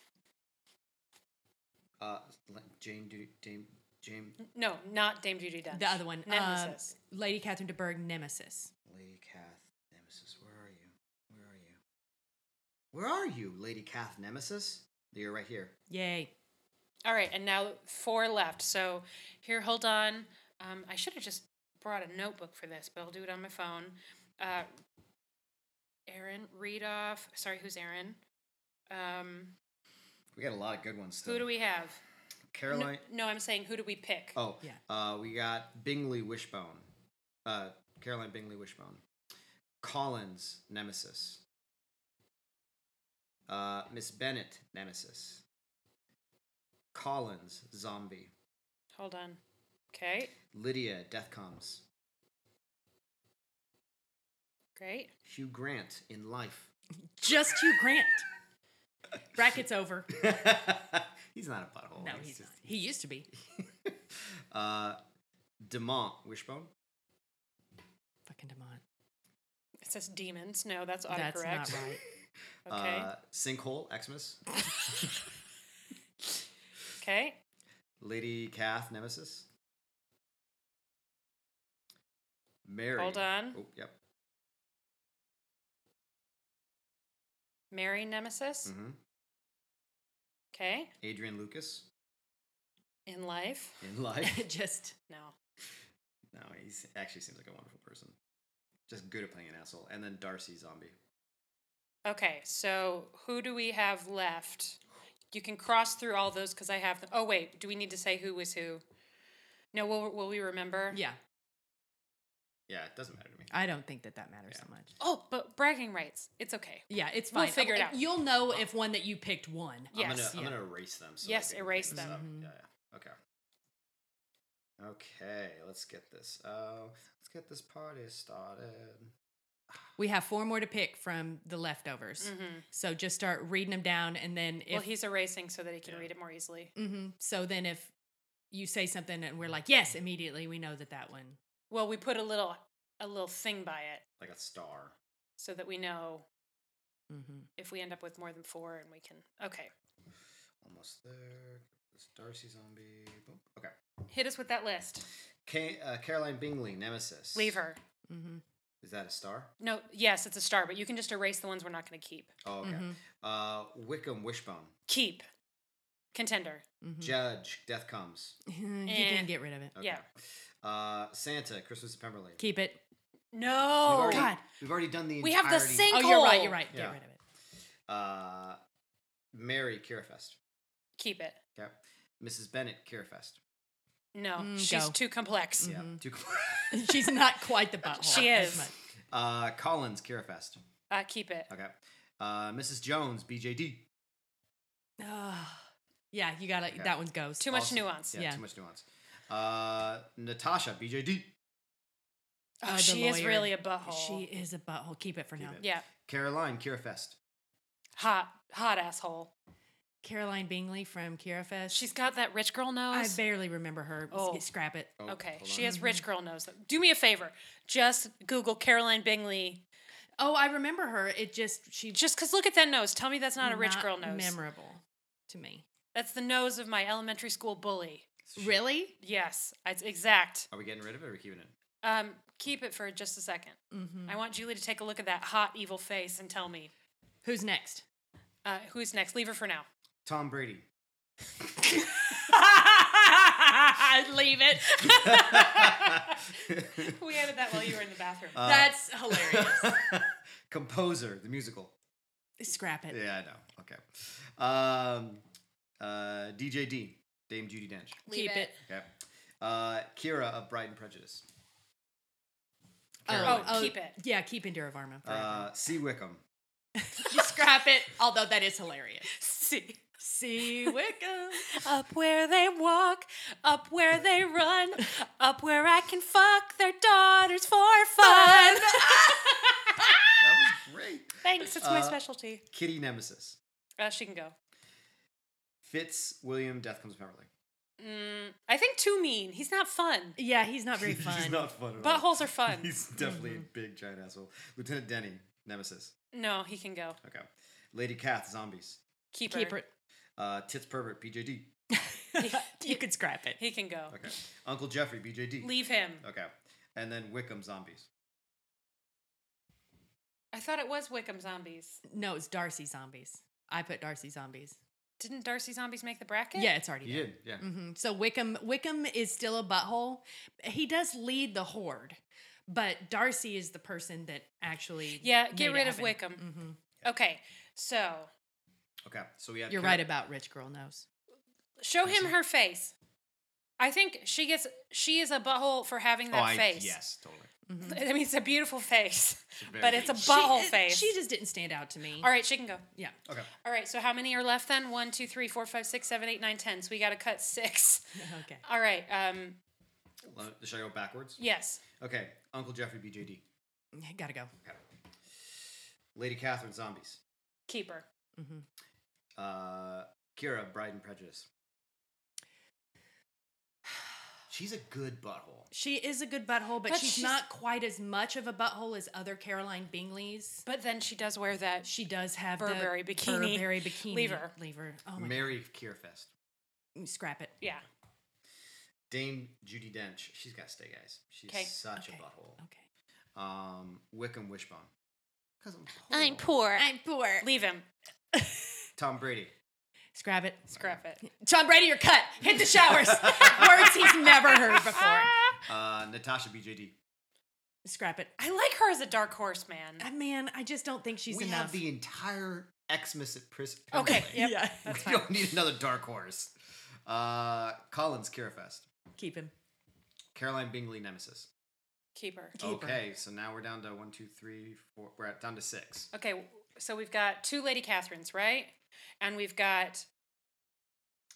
Speaker 4: Uh, like Jane, Duty, Jane, Jane,
Speaker 2: No, not Dame Judy Dench.
Speaker 1: The other one,
Speaker 2: Nemesis.
Speaker 1: Uh, Lady Catherine de Bourgh, Nemesis.
Speaker 4: Lady Cath, Nemesis. Where are you? Where are you? Where are you, Lady Cath, Nemesis? You're right here.
Speaker 1: Yay.
Speaker 2: All right, and now four left. So here, hold on. Um, I should have just brought a notebook for this, but I'll do it on my phone. Uh, Aaron, read off. Sorry, who's Aaron? Um,
Speaker 4: We got a lot of good ones still.
Speaker 2: who do we have? No-
Speaker 4: Caroline.
Speaker 2: No, I'm saying who do we pick?
Speaker 4: Oh,
Speaker 1: Yeah.
Speaker 4: Uh, we got Bingley Wishbone. Uh, Caroline Bingley Wishbone. Collins Nemesis. Uh, Miss Bennett Nemesis. Collins Zombie.
Speaker 2: Hold on. Okay,
Speaker 4: Lydia Death Comes.
Speaker 2: great.
Speaker 4: Hugh Grant in Life.
Speaker 1: Just Hugh Grant. Brackets over.
Speaker 4: he's not a butthole.
Speaker 2: Oh,
Speaker 1: No, he's not. He used to be.
Speaker 4: not. Uh, Demont Wishbone.
Speaker 1: Fucking Demont.
Speaker 2: It says demons. No, that's autocorrect.
Speaker 1: That's not right.
Speaker 2: Okay.
Speaker 4: Uh, Sinkhole Xmas.
Speaker 2: okay.
Speaker 4: Lady Cath Nemesis. Mary.
Speaker 2: Hold on.
Speaker 4: Oh, yep.
Speaker 2: Mary Nemesis.
Speaker 4: hmm
Speaker 2: Okay.
Speaker 4: Adrian Lucas
Speaker 2: In life.
Speaker 4: in life.
Speaker 1: Just
Speaker 2: No.
Speaker 4: no, he actually seems like a wonderful person. Just good at playing an asshole. And then Darcy Zombie.
Speaker 2: Okay, so who do we have left? You can cross through all those because I have them. Oh wait, do we need to say who was who? No, will will we remember?
Speaker 1: yeah.
Speaker 4: Yeah, it doesn't matter to me.
Speaker 1: I don't think that that matters so much.
Speaker 2: Oh, but bragging rights. It's okay.
Speaker 1: Yeah, it's fine.
Speaker 2: We'll figure it out.
Speaker 1: You'll know if one that you picked won.
Speaker 2: Yeah.
Speaker 4: I'm gonna,
Speaker 2: Yes,
Speaker 4: I'm
Speaker 1: yeah.
Speaker 4: gonna erase them. So
Speaker 2: Yes,
Speaker 4: I can
Speaker 2: erase
Speaker 4: clean this
Speaker 2: them.
Speaker 4: up.
Speaker 1: Mhm.
Speaker 4: Yeah, yeah. Okay. Okay, let's get this. Uh, let's get this party started.
Speaker 1: We have four more to pick from the leftovers.
Speaker 4: Mm-hmm.
Speaker 2: Mhm.
Speaker 1: So just start reading them down, and then if
Speaker 2: Well, he's erasing so that he can
Speaker 4: Yeah.
Speaker 2: read it more easily.
Speaker 1: hmm so then if you say something and we're like yes immediately, we know that that one.
Speaker 2: Well, we put a little a little thing by it
Speaker 4: Like a star.
Speaker 2: so that we know
Speaker 1: Mm-hmm.
Speaker 2: if we end up with more than four and we can. Okay,
Speaker 4: Almost there. This Darcy Zombie. Boom. Okay.
Speaker 2: hit us with that list.
Speaker 4: Ca uh, Caroline Bingley, Nemesis.
Speaker 2: Leave her.
Speaker 1: Mm-hmm.
Speaker 4: Is that a star?
Speaker 2: No, yes, it's a star, but you can just erase the ones we're not going to keep.
Speaker 4: Oh, okay.
Speaker 1: Mhm.
Speaker 4: Uh, Wickham Wishbone.
Speaker 2: Keep. Contender.
Speaker 4: Judge, Death Comes.
Speaker 1: Mm-hmm. you
Speaker 2: Eh.
Speaker 1: can get rid of it.
Speaker 4: Okay.
Speaker 2: Yeah.
Speaker 4: Uh, Santa, Christmas at Pemberley.
Speaker 1: Keep it.
Speaker 2: No.
Speaker 4: We've already-
Speaker 1: God.
Speaker 4: We've already done the
Speaker 2: Oh, We have the
Speaker 4: entirety.
Speaker 2: same-
Speaker 1: Oh, you're right.
Speaker 2: Nicole.
Speaker 1: You're right.
Speaker 4: Yeah.
Speaker 1: Get rid of it.
Speaker 4: Uh, Mary, Kirafest.
Speaker 2: Keep it.
Speaker 4: Okay. Mrs. Bennett, Kirafest.
Speaker 2: No,
Speaker 1: Mm,
Speaker 2: she's
Speaker 1: go.
Speaker 2: too complex.
Speaker 4: Yeah.
Speaker 1: Mhm.
Speaker 4: Too cool.
Speaker 1: She's not quite the butthole.
Speaker 2: She
Speaker 1: as
Speaker 2: is.
Speaker 1: much.
Speaker 4: uh, Collins, Kirafest.
Speaker 2: Uh, keep it.
Speaker 4: Okay. Uh, Mrs. Jones, BJD.
Speaker 1: Ugh. yeah, you gotta.
Speaker 4: Okay.
Speaker 1: That one goes.
Speaker 2: Too much
Speaker 4: Also-
Speaker 2: nuance.
Speaker 4: Yeah,
Speaker 1: Yeah.
Speaker 4: too much nuance. Uh, Natasha, BJD.
Speaker 2: Oh,
Speaker 1: Uh, the
Speaker 2: she is
Speaker 1: lawyer.
Speaker 2: really a butthole.
Speaker 1: She is a butthole. Keep it for
Speaker 4: Keep
Speaker 1: now.
Speaker 4: it.
Speaker 2: Yeah,
Speaker 4: Caroline, Kirafest.
Speaker 2: hot, hot asshole.
Speaker 1: Caroline Bingley from Kira Fest.
Speaker 2: She's got that rich girl
Speaker 1: I
Speaker 2: nose.
Speaker 1: barely remember her. S-
Speaker 2: Oh.
Speaker 1: Scrap it.
Speaker 4: Oh,
Speaker 2: okay,
Speaker 4: hold
Speaker 2: she
Speaker 4: on.
Speaker 2: has rich girl nose. though. Do me a favor, just Google Caroline Bingley.
Speaker 1: Oh, I remember her. It just she
Speaker 2: Just cause look at that nose. Tell me that's not a rich girl nose.
Speaker 1: Memorable to me.
Speaker 2: That's the nose of my elementary school bully.
Speaker 1: Really?
Speaker 2: Yes, it's exact.
Speaker 4: Are we getting rid of it or are we keeping it?
Speaker 2: Um, keep it for just a 2nd
Speaker 1: Mhm.
Speaker 2: I want Julie to take a look at that hot evil face and tell me
Speaker 1: Who's next?
Speaker 2: uh, who's next. Leave her for now.
Speaker 4: Tom Brady.
Speaker 1: Leave it.
Speaker 2: We added that while you were in the bathroom.
Speaker 4: Uh,
Speaker 1: That's hilarious.
Speaker 4: Composer, the musical.
Speaker 1: Scrap it.
Speaker 4: Yeah, I know. Okay. Um, uh, DJD, Dame Judy Dench.
Speaker 2: Leave
Speaker 1: Keep it.
Speaker 4: Okay. Uh, Kira of Bride and Prejudice.
Speaker 2: Oh,
Speaker 1: Oh,
Speaker 4: Carolyn.
Speaker 2: keep it.
Speaker 1: Yeah, keep Indira Varma.
Speaker 4: uh, C. Wickham.
Speaker 1: Scrap it. Although that is hilarious.
Speaker 2: See.
Speaker 1: See Wickham.
Speaker 2: Up where they walk, up where they run, up where I can fuck their daughters for fun.
Speaker 4: That was great.
Speaker 2: Thanks, it's my
Speaker 4: Uh,
Speaker 2: specialty.
Speaker 4: Kitty Nemesis.
Speaker 2: Uh, she can go.
Speaker 4: Fitz William Death Comes to Pemberley.
Speaker 2: Mm, I think too mean. He's not fun.
Speaker 1: Yeah, he's not very fun.
Speaker 4: He's not fun at all.
Speaker 2: Buttholes are fun.
Speaker 4: He's definitely a big giant asshole. Lieutenant Denny, Nemesis.
Speaker 2: No, he can go.
Speaker 4: Okay. Lady Kath, Zombies.
Speaker 2: Keep,
Speaker 1: keep
Speaker 2: her.
Speaker 1: it.
Speaker 4: Uh, Tits Pervert, BJD.
Speaker 1: you could scrap it.
Speaker 2: He can go.
Speaker 4: Okay. Uncle Jeffrey, BJD.
Speaker 2: Leave him.
Speaker 4: Okay. And then Wickham Zombies.
Speaker 2: I thought it was Wickham Zombies.
Speaker 1: No, it's Darcy Zombies. I put Darcy Zombies.
Speaker 2: Didn't Darcy Zombies make the bracket?
Speaker 1: Yeah, it's already
Speaker 4: You
Speaker 1: there.
Speaker 4: did, yeah.
Speaker 1: hmm So Wickham Wickham is still a butthole. He does lead the horde, but Darcy is the person that actually
Speaker 2: Yeah, get
Speaker 1: made it
Speaker 2: rid of
Speaker 1: happen.
Speaker 2: Wickham.
Speaker 1: Mhm.
Speaker 2: Okay, so
Speaker 4: Okay. So we have.
Speaker 1: You're
Speaker 4: Kira-
Speaker 1: right about rich girl nose.
Speaker 2: show him her face. I think she gets. She is a butthole for having
Speaker 4: Oh,
Speaker 2: that
Speaker 4: I,
Speaker 2: face.
Speaker 4: yes, totally.
Speaker 2: I mean, it's a beautiful face,
Speaker 4: very
Speaker 2: but it's a
Speaker 1: She-
Speaker 2: butthole
Speaker 1: it-
Speaker 2: face.
Speaker 1: She just didn't stand out to me.
Speaker 2: All right, she can go.
Speaker 1: Yeah.
Speaker 4: Okay.
Speaker 2: All right, so how many are left then? One, two, three, four, five, six, seven, eight, nine, ten. So we got to cut six.
Speaker 1: Okay.
Speaker 2: All right. Um.
Speaker 4: Let- Should I go backwards?
Speaker 2: Yes.
Speaker 4: Okay. Uncle Jeffrey, BJD.
Speaker 1: Gotta go.
Speaker 4: Okay. Lady Catherine, Zombies.
Speaker 2: Keeper.
Speaker 4: Uh, Kira, Bride and Prejudice. She's a good butthole.
Speaker 1: She is a good butthole, but,
Speaker 2: But
Speaker 1: she's,
Speaker 2: she's-
Speaker 1: not quite as much of a butthole as other Caroline Bingleys.
Speaker 2: But then she does wear that.
Speaker 1: She does have
Speaker 2: Burberry
Speaker 1: the
Speaker 2: bikini.
Speaker 1: Burberry bikini.
Speaker 2: Leave her.
Speaker 1: Leave her. Oh my
Speaker 4: Mary Kierfest.
Speaker 1: God. Scrap it.
Speaker 2: Yeah.
Speaker 4: Dame Judy Dench. She's got to stay, guys. She's
Speaker 2: 'Kay.
Speaker 4: such
Speaker 1: Okay.
Speaker 4: a butthole.
Speaker 1: Okay.
Speaker 4: Um, Wickham Wishbone. Cause I'm poor.
Speaker 2: poor.
Speaker 1: I'm poor.
Speaker 2: Leave him.
Speaker 4: Tom Brady.
Speaker 1: Scrap it.
Speaker 2: Scrap it.
Speaker 1: Tom Brady, you're cut. Hit the showers. Words he's never heard before.
Speaker 4: Uh, Natasha BJD.
Speaker 1: Scrap it.
Speaker 2: I like her as a dark horse, man.
Speaker 1: Uh, Man, I just don't think she's
Speaker 4: we
Speaker 1: enough.
Speaker 4: have the entire Xmas at Pris.
Speaker 2: Okay,
Speaker 4: Pemberley.
Speaker 2: yep.
Speaker 1: Yeah.
Speaker 4: we don't need another dark horse. Uh, Collins Kirafest.
Speaker 1: Keep him.
Speaker 4: Caroline Bingley Nemesis.
Speaker 2: Keep her.
Speaker 1: Keep her.
Speaker 4: okay, so now we're down to one, two, three, four. We're at, down to six.
Speaker 2: Okay, so we've got two Lady Catherines, right? And we've got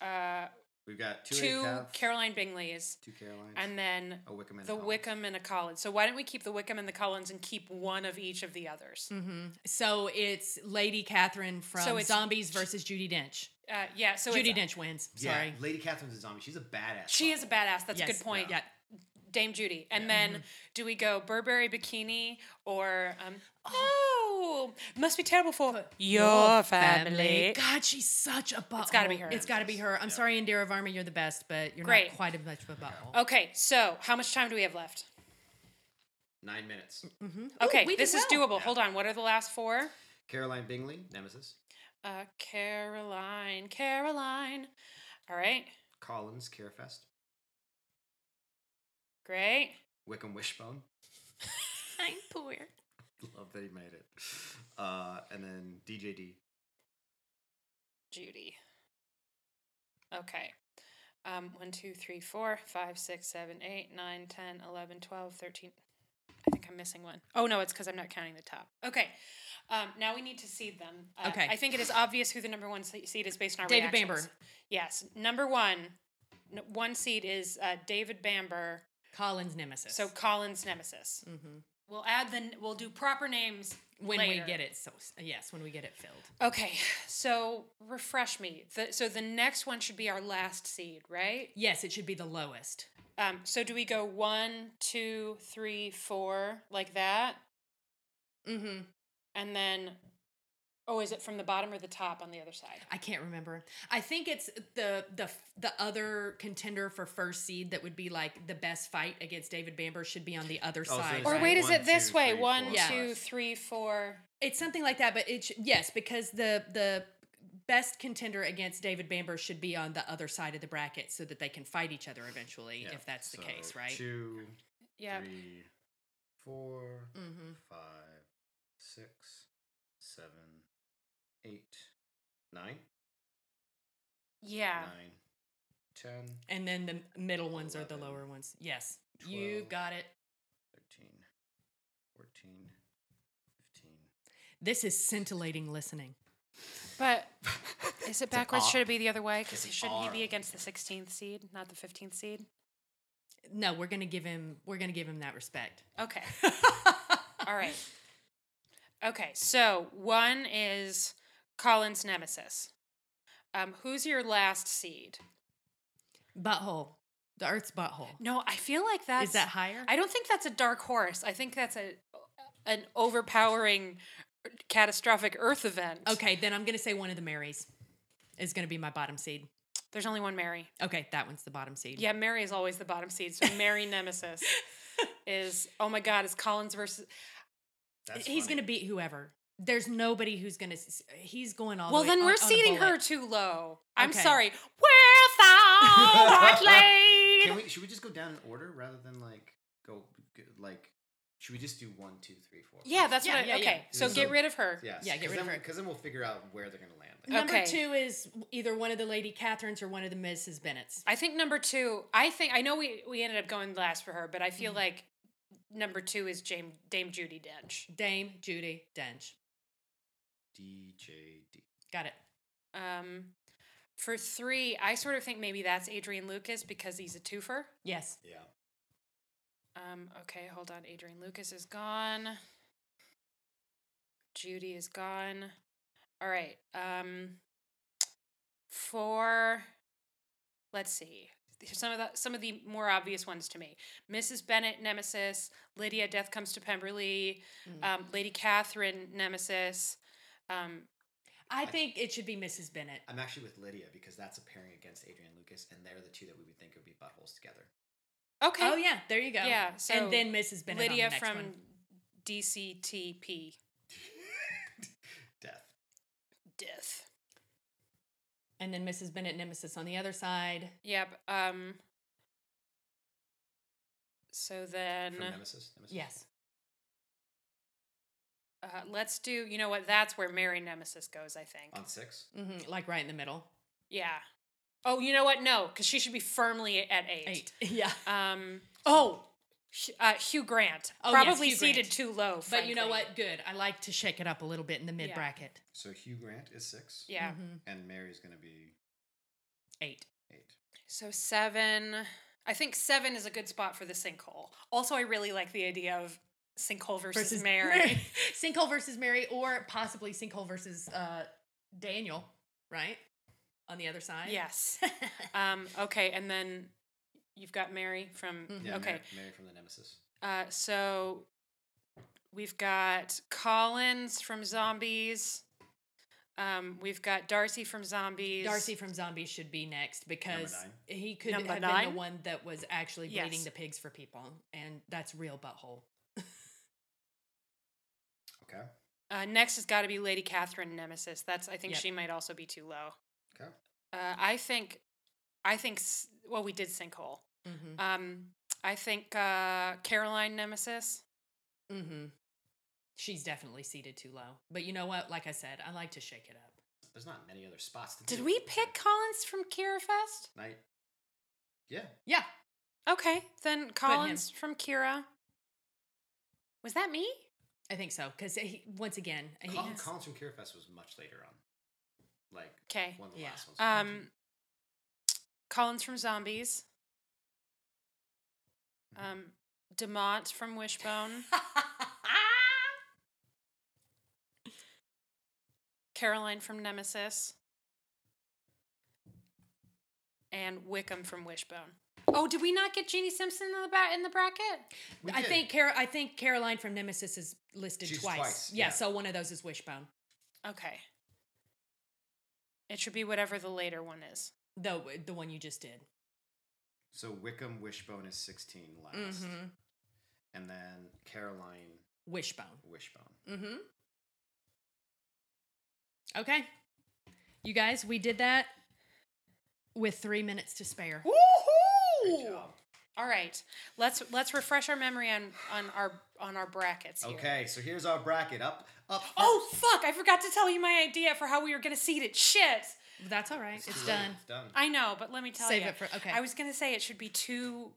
Speaker 2: uh,
Speaker 4: We've got two,
Speaker 2: two,
Speaker 4: Lady Caths, Oh,
Speaker 2: Caroline Bingleys,
Speaker 4: two Carolines,
Speaker 2: and then
Speaker 4: a Wickham. And a
Speaker 2: the
Speaker 4: Collins.
Speaker 2: Wickham and a Collins. So why don't we keep the Wickham and the Collins and keep one of each of the others?
Speaker 1: Mm-hmm. So it's Lady Catherine from
Speaker 2: So it's-
Speaker 1: Zombies versus Judy Dench.
Speaker 2: Uh, yeah, so
Speaker 1: Judy
Speaker 2: it's,
Speaker 1: Dench wins.
Speaker 4: Yeah,
Speaker 1: Sorry.
Speaker 4: Lady Catherine's a zombie. She's a badass.
Speaker 2: she is a badass. That's a
Speaker 1: Yes.
Speaker 2: good point.
Speaker 1: Yeah.
Speaker 2: Dame Judy. And then
Speaker 1: Mm-hmm.
Speaker 2: do we go Burberry bikini or um, oh, must be terrible for your family.
Speaker 1: God, she's such a butthole. It's
Speaker 2: gotta be her.
Speaker 1: It's got to be her. I'm sorry, Indira Varma, you're the best, but you're
Speaker 2: Great.
Speaker 1: not quite as much of a butthole.
Speaker 2: Okay, so how much time do we have left?
Speaker 4: Nine minutes.
Speaker 1: Mm-hmm.
Speaker 2: Okay,
Speaker 1: we did
Speaker 2: this is
Speaker 1: well.
Speaker 2: doable. Hold on. What are the last four?
Speaker 4: Caroline Bingley, Nemesis.
Speaker 2: Uh, Caroline, Caroline. All right,
Speaker 4: Collins Kirafest.
Speaker 2: great.
Speaker 4: Wickham Wishbone.
Speaker 1: I'm poor.
Speaker 4: Love that he made it. Uh, and then DJD.
Speaker 2: Judy. Okay. Um, 1, two, three, four, five, six, seven, eight, nine, 10, 11, 12, 13. I think I'm missing one. Oh, no, it's because I'm not counting the top. Okay. Um, now we need to seed them. Uh,
Speaker 1: Okay.
Speaker 2: I think it is obvious who the number one se- seed is based on our
Speaker 1: David
Speaker 2: reactions.
Speaker 1: Bamber.
Speaker 2: Yes. Number one, n- one seed is uh, David Bamber.
Speaker 1: Colin's nemesis.
Speaker 2: So Colin's nemesis. We'll add the. n- We'll do proper names
Speaker 1: Mm-hmm. when
Speaker 2: later.
Speaker 1: we get it, so yes, when we get it filled.
Speaker 2: Okay, so refresh me. The, so the next one should be our last seed, right?
Speaker 1: Yes, it should be the lowest.
Speaker 2: Um, so do we go one, two, three, four, like that,
Speaker 1: Mm-hmm.
Speaker 2: and then, oh, is it from the bottom or the top on the other side?
Speaker 1: I can't remember. I think it's the the the other contender for first seed that would be like the best fight against David Bamber should be on the other
Speaker 4: so
Speaker 1: side.
Speaker 4: it's
Speaker 2: Or
Speaker 4: Right.
Speaker 2: wait, is
Speaker 4: One,
Speaker 2: it this
Speaker 4: two,
Speaker 2: way?
Speaker 4: three,
Speaker 2: One,
Speaker 4: four,
Speaker 2: two,
Speaker 1: Yeah.
Speaker 2: three, four.
Speaker 1: it's something like that, but it sh- yes because the the best contender against David Bamber should be on the other side of the bracket so that they can fight each other eventually,
Speaker 4: Yeah,
Speaker 1: if that's the
Speaker 4: so
Speaker 1: case, right?
Speaker 4: Two,
Speaker 2: Yeah.
Speaker 4: three, four,
Speaker 1: Mm-hmm.
Speaker 4: five, six, seven,
Speaker 3: Eight, nine.
Speaker 2: Yeah.
Speaker 4: nine, ten,
Speaker 1: And then the middle ones are the
Speaker 4: 11,
Speaker 1: lower ones. Yes, you
Speaker 4: 12.
Speaker 1: got it.
Speaker 4: 13, 14, 15.
Speaker 1: This is scintillating listening.
Speaker 2: But is it backwards?
Speaker 4: R.
Speaker 2: Should it be the other way? Because
Speaker 4: It's an
Speaker 2: shouldn't he
Speaker 4: R.
Speaker 2: be against the 16th seed, not the 15th seed?
Speaker 1: No, we're gonna give him. We're gonna give him that respect.
Speaker 2: Okay. All right. Okay. So one is Colin's nemesis. Um, who's your last seed?
Speaker 1: Butthole. The Earth's butthole.
Speaker 2: No, I feel like that's.
Speaker 1: is that higher?
Speaker 2: I don't think that's a dark horse. I think that's a an overpowering catastrophic Earth event.
Speaker 1: okay, then I'm gonna say one of the Marys is gonna be my bottom seed.
Speaker 2: There's only one Mary.
Speaker 1: Okay, that one's the bottom seed.
Speaker 2: Yeah, Mary is always the bottom seed. So Mary Nemesis is oh my god, is Collins versus
Speaker 4: That's
Speaker 1: he's
Speaker 4: funny.
Speaker 1: gonna beat whoever. There's nobody who's gonna. s- He's going all.
Speaker 2: Well,
Speaker 1: the way
Speaker 2: then
Speaker 1: on-
Speaker 2: we're
Speaker 1: on a
Speaker 2: seating
Speaker 1: bullet.
Speaker 2: her too low. I'm
Speaker 1: Okay.
Speaker 2: sorry. Where thou art
Speaker 4: Can
Speaker 2: laid.
Speaker 4: we? Should we just go down in order rather than like go g- like? Should we just do one, two, three, four?
Speaker 2: Yeah, that's
Speaker 1: Yeah,
Speaker 2: what. I,
Speaker 1: yeah,
Speaker 2: okay,
Speaker 1: yeah.
Speaker 2: so
Speaker 4: So-
Speaker 2: get rid of her.
Speaker 4: Yes.
Speaker 1: Yeah, get rid of her.
Speaker 4: Because then we'll figure out where they're gonna land. Like,
Speaker 1: Number
Speaker 2: Okay.
Speaker 1: two is either one of the Lady Catherines or one of the Mrs. Bennets.
Speaker 2: I think number two. I think I know we we ended up going last for her, but I
Speaker 1: Mm-hmm.
Speaker 2: feel like number two is Jame, Dame Judy Dench.
Speaker 1: Dame Judy Dench.
Speaker 4: DJD.
Speaker 1: Got it.
Speaker 2: Um, for three, I sort of think maybe that's Adrian Lucas because he's a twofer.
Speaker 1: Yes.
Speaker 4: Yeah.
Speaker 2: Um, okay, hold on. Adrian Lucas is gone. Judy is gone. All right. Um for let's see. Here's Some of the some of the more obvious ones to me. Mrs. Bennett, Nemesis, Lydia, Death Comes to Pemberley,
Speaker 1: Mm.
Speaker 2: um, Lady Catherine, Nemesis. Um,
Speaker 1: I think it should be Mrs. Bennett.
Speaker 4: I'm actually with Lydia because that's a pairing against Adrian Lucas, and they're the two that we would think would be buttholes together.
Speaker 2: okay.
Speaker 1: Oh yeah, there you go.
Speaker 2: Yeah, so
Speaker 1: and then Mrs. Bennett. on the
Speaker 2: Lydia
Speaker 1: next
Speaker 2: from
Speaker 1: one.
Speaker 2: DCTP.
Speaker 4: Death.
Speaker 2: Death.
Speaker 1: and then Mrs. Bennett Nemesis on the other side.
Speaker 2: Yep. Um. So then,
Speaker 4: From Nemesis. Nemesis.
Speaker 1: Yes.
Speaker 2: uh, let's do. You know what? That's where Mary Nemesis goes. I think.
Speaker 4: On six.
Speaker 1: hmm Like right in the middle.
Speaker 2: Yeah. Oh, you know what? No, because she should be firmly at eight.
Speaker 1: Eight. Yeah.
Speaker 2: Um. Oh. Hu- Uh, Hugh Grant
Speaker 1: Oh, yes,
Speaker 2: probably
Speaker 1: Hugh
Speaker 2: seated
Speaker 1: Grant.
Speaker 2: too low.
Speaker 1: But you know
Speaker 2: frankly.
Speaker 1: what? Good. I like to shake it up a little bit in the mid
Speaker 2: Yeah.
Speaker 1: bracket.
Speaker 4: So Hugh Grant is six.
Speaker 2: Yeah.
Speaker 1: Mhm.
Speaker 4: And Mary's gonna be
Speaker 1: Eight.
Speaker 4: eight.
Speaker 2: So seven. I think seven is a good spot for the sinkhole. Also, I really like the idea of sinkhole versus, Mary.
Speaker 1: Sinkhole versus Mary, or possibly Sinkhole versus uh, Daniel, right? On the other side.
Speaker 2: yes. Um. Okay, and then you've got Mary from.
Speaker 1: Mhm.
Speaker 4: Yeah.
Speaker 2: okay.
Speaker 4: Mary, Mary from the Nemesis.
Speaker 2: Uh, so we've got Collins from Zombies. Um, we've got Darcy from Zombies.
Speaker 1: Darcy from Zombies should be next because
Speaker 4: nine.
Speaker 1: he could
Speaker 2: Number
Speaker 1: have been
Speaker 2: nine?
Speaker 1: the one that was actually
Speaker 2: Yes.
Speaker 1: bleeding the pigs for people, and that's real butthole.
Speaker 4: Okay.
Speaker 2: Uh, next has got to be Lady Catherine Nemesis. That's I think
Speaker 1: Yep.
Speaker 2: she might also be too low.
Speaker 4: Okay.
Speaker 2: Uh, I think, I think. s- Well, we did sinkhole.
Speaker 1: Mm-hmm.
Speaker 2: Um, I think uh, Caroline Nemesis.
Speaker 1: Mm-hmm. She's definitely seated too low. But you know what? Like I said, I like to shake it up.
Speaker 4: There's not many other spots. To
Speaker 2: Did
Speaker 4: do.
Speaker 2: we pick Collins from Kira Fest?
Speaker 4: Night. Yeah.
Speaker 1: Yeah.
Speaker 2: Okay, then Collins from Kira. Was that me?
Speaker 1: I think so. Because he, once again, he,
Speaker 4: Colin,
Speaker 2: Uh, Yes.
Speaker 4: Collins from Cure Fest was much later on. Like
Speaker 2: Okay.
Speaker 4: one of the
Speaker 1: Yeah.
Speaker 4: last ones.
Speaker 2: Um, Collins from Zombies. Um, Demont from Wishbone. Caroline from Nemesis. And Wickham from Wishbone. Oh, did we not get Jeannie Simpson in the ba- in the bracket?
Speaker 4: We
Speaker 1: I
Speaker 4: did.
Speaker 1: think Car- I think Caroline from Nemesis is listed
Speaker 4: She's
Speaker 1: twice.
Speaker 4: twice,
Speaker 1: Yeah,
Speaker 4: yeah.
Speaker 1: so one of those is Wishbone.
Speaker 2: Okay. It should be whatever the later one is.
Speaker 1: The the one you just did.
Speaker 4: so. Wickham Wishbone is 16 last,
Speaker 2: Mm-hmm.
Speaker 1: Mhm.
Speaker 4: and then Caroline
Speaker 2: Mm,
Speaker 1: Wishbone.
Speaker 4: Wishbone.
Speaker 1: Mm-hmm. Okay. You guys, we did that with three minutes to spare.
Speaker 2: Woohoo! All right, let's let's refresh our memory on on our on our brackets. Here.
Speaker 4: Okay, so here's our bracket. Up, up.
Speaker 2: Oh fuck! I forgot to tell you my idea for how we were gonna seed it. Shit.
Speaker 1: That's all right. It's,
Speaker 4: too late.
Speaker 1: done.
Speaker 4: It's done.
Speaker 2: I know, but let me tell
Speaker 1: Save
Speaker 2: you.
Speaker 1: it for- okay.
Speaker 2: I was gonna say it should be two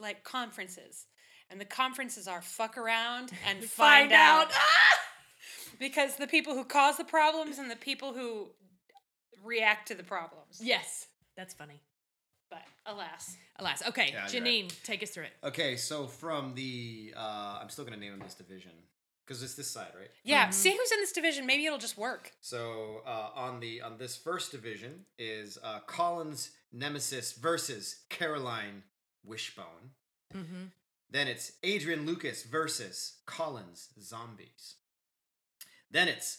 Speaker 2: like conferences, and the conferences are fuck around and find,
Speaker 1: Find
Speaker 2: out. Ah!
Speaker 1: out.
Speaker 2: because the people who cause the problems and the people who react to the problems.
Speaker 1: Yes. That's funny.
Speaker 2: But alas,
Speaker 1: Alas. Okay,
Speaker 4: Yeah, you're
Speaker 1: Janine, take us through it.
Speaker 4: Okay, so from the, uh, I'm still gonna name this division because it's this side, right?
Speaker 2: yeah. See who's in this division. Maybe it'll just work.
Speaker 4: So uh, on the on this first division is uh, Collins Nemesis versus Caroline Wishbone.
Speaker 1: Mm-hmm.
Speaker 4: Then it's Adrian Lucas versus Collins Zombies. Then it's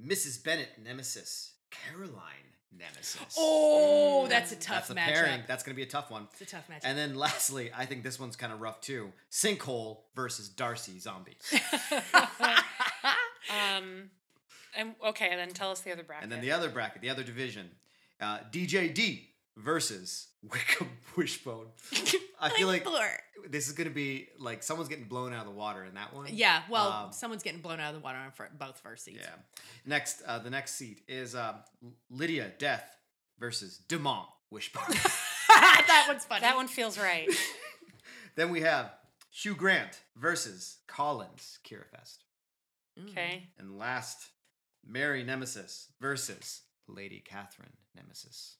Speaker 4: Mrs. Bennett Nemesis, Caroline Nemesis.
Speaker 1: Oh, that's a tough
Speaker 4: Mm, that's a
Speaker 1: matchup.
Speaker 4: pairing. That's gonna be a tough one.
Speaker 1: It's a tough matchup.
Speaker 4: And then lastly, I think this one's kind of rough too. Sinkhole versus Darcy Zombies.
Speaker 2: Um, and okay, and then tell us the other bracket.
Speaker 4: and then the other bracket, the other division, uh, DJD versus Wickham Wishbone. I feel like this is gonna be like someone's getting blown out of the water in that one.
Speaker 1: yeah, well,
Speaker 4: Um,
Speaker 1: someone's getting blown out of the water on fir- both first seats.
Speaker 4: Yeah. Next, uh, the next seat is um, Lydia Death versus Demont Wishbone.
Speaker 1: that one's funny.
Speaker 2: that one feels right.
Speaker 4: then we have Hugh Grant versus Collins Kirafest.
Speaker 1: Mm,
Speaker 2: Okay.
Speaker 4: And last, Mary Nemesis versus Lady Catherine Nemesis.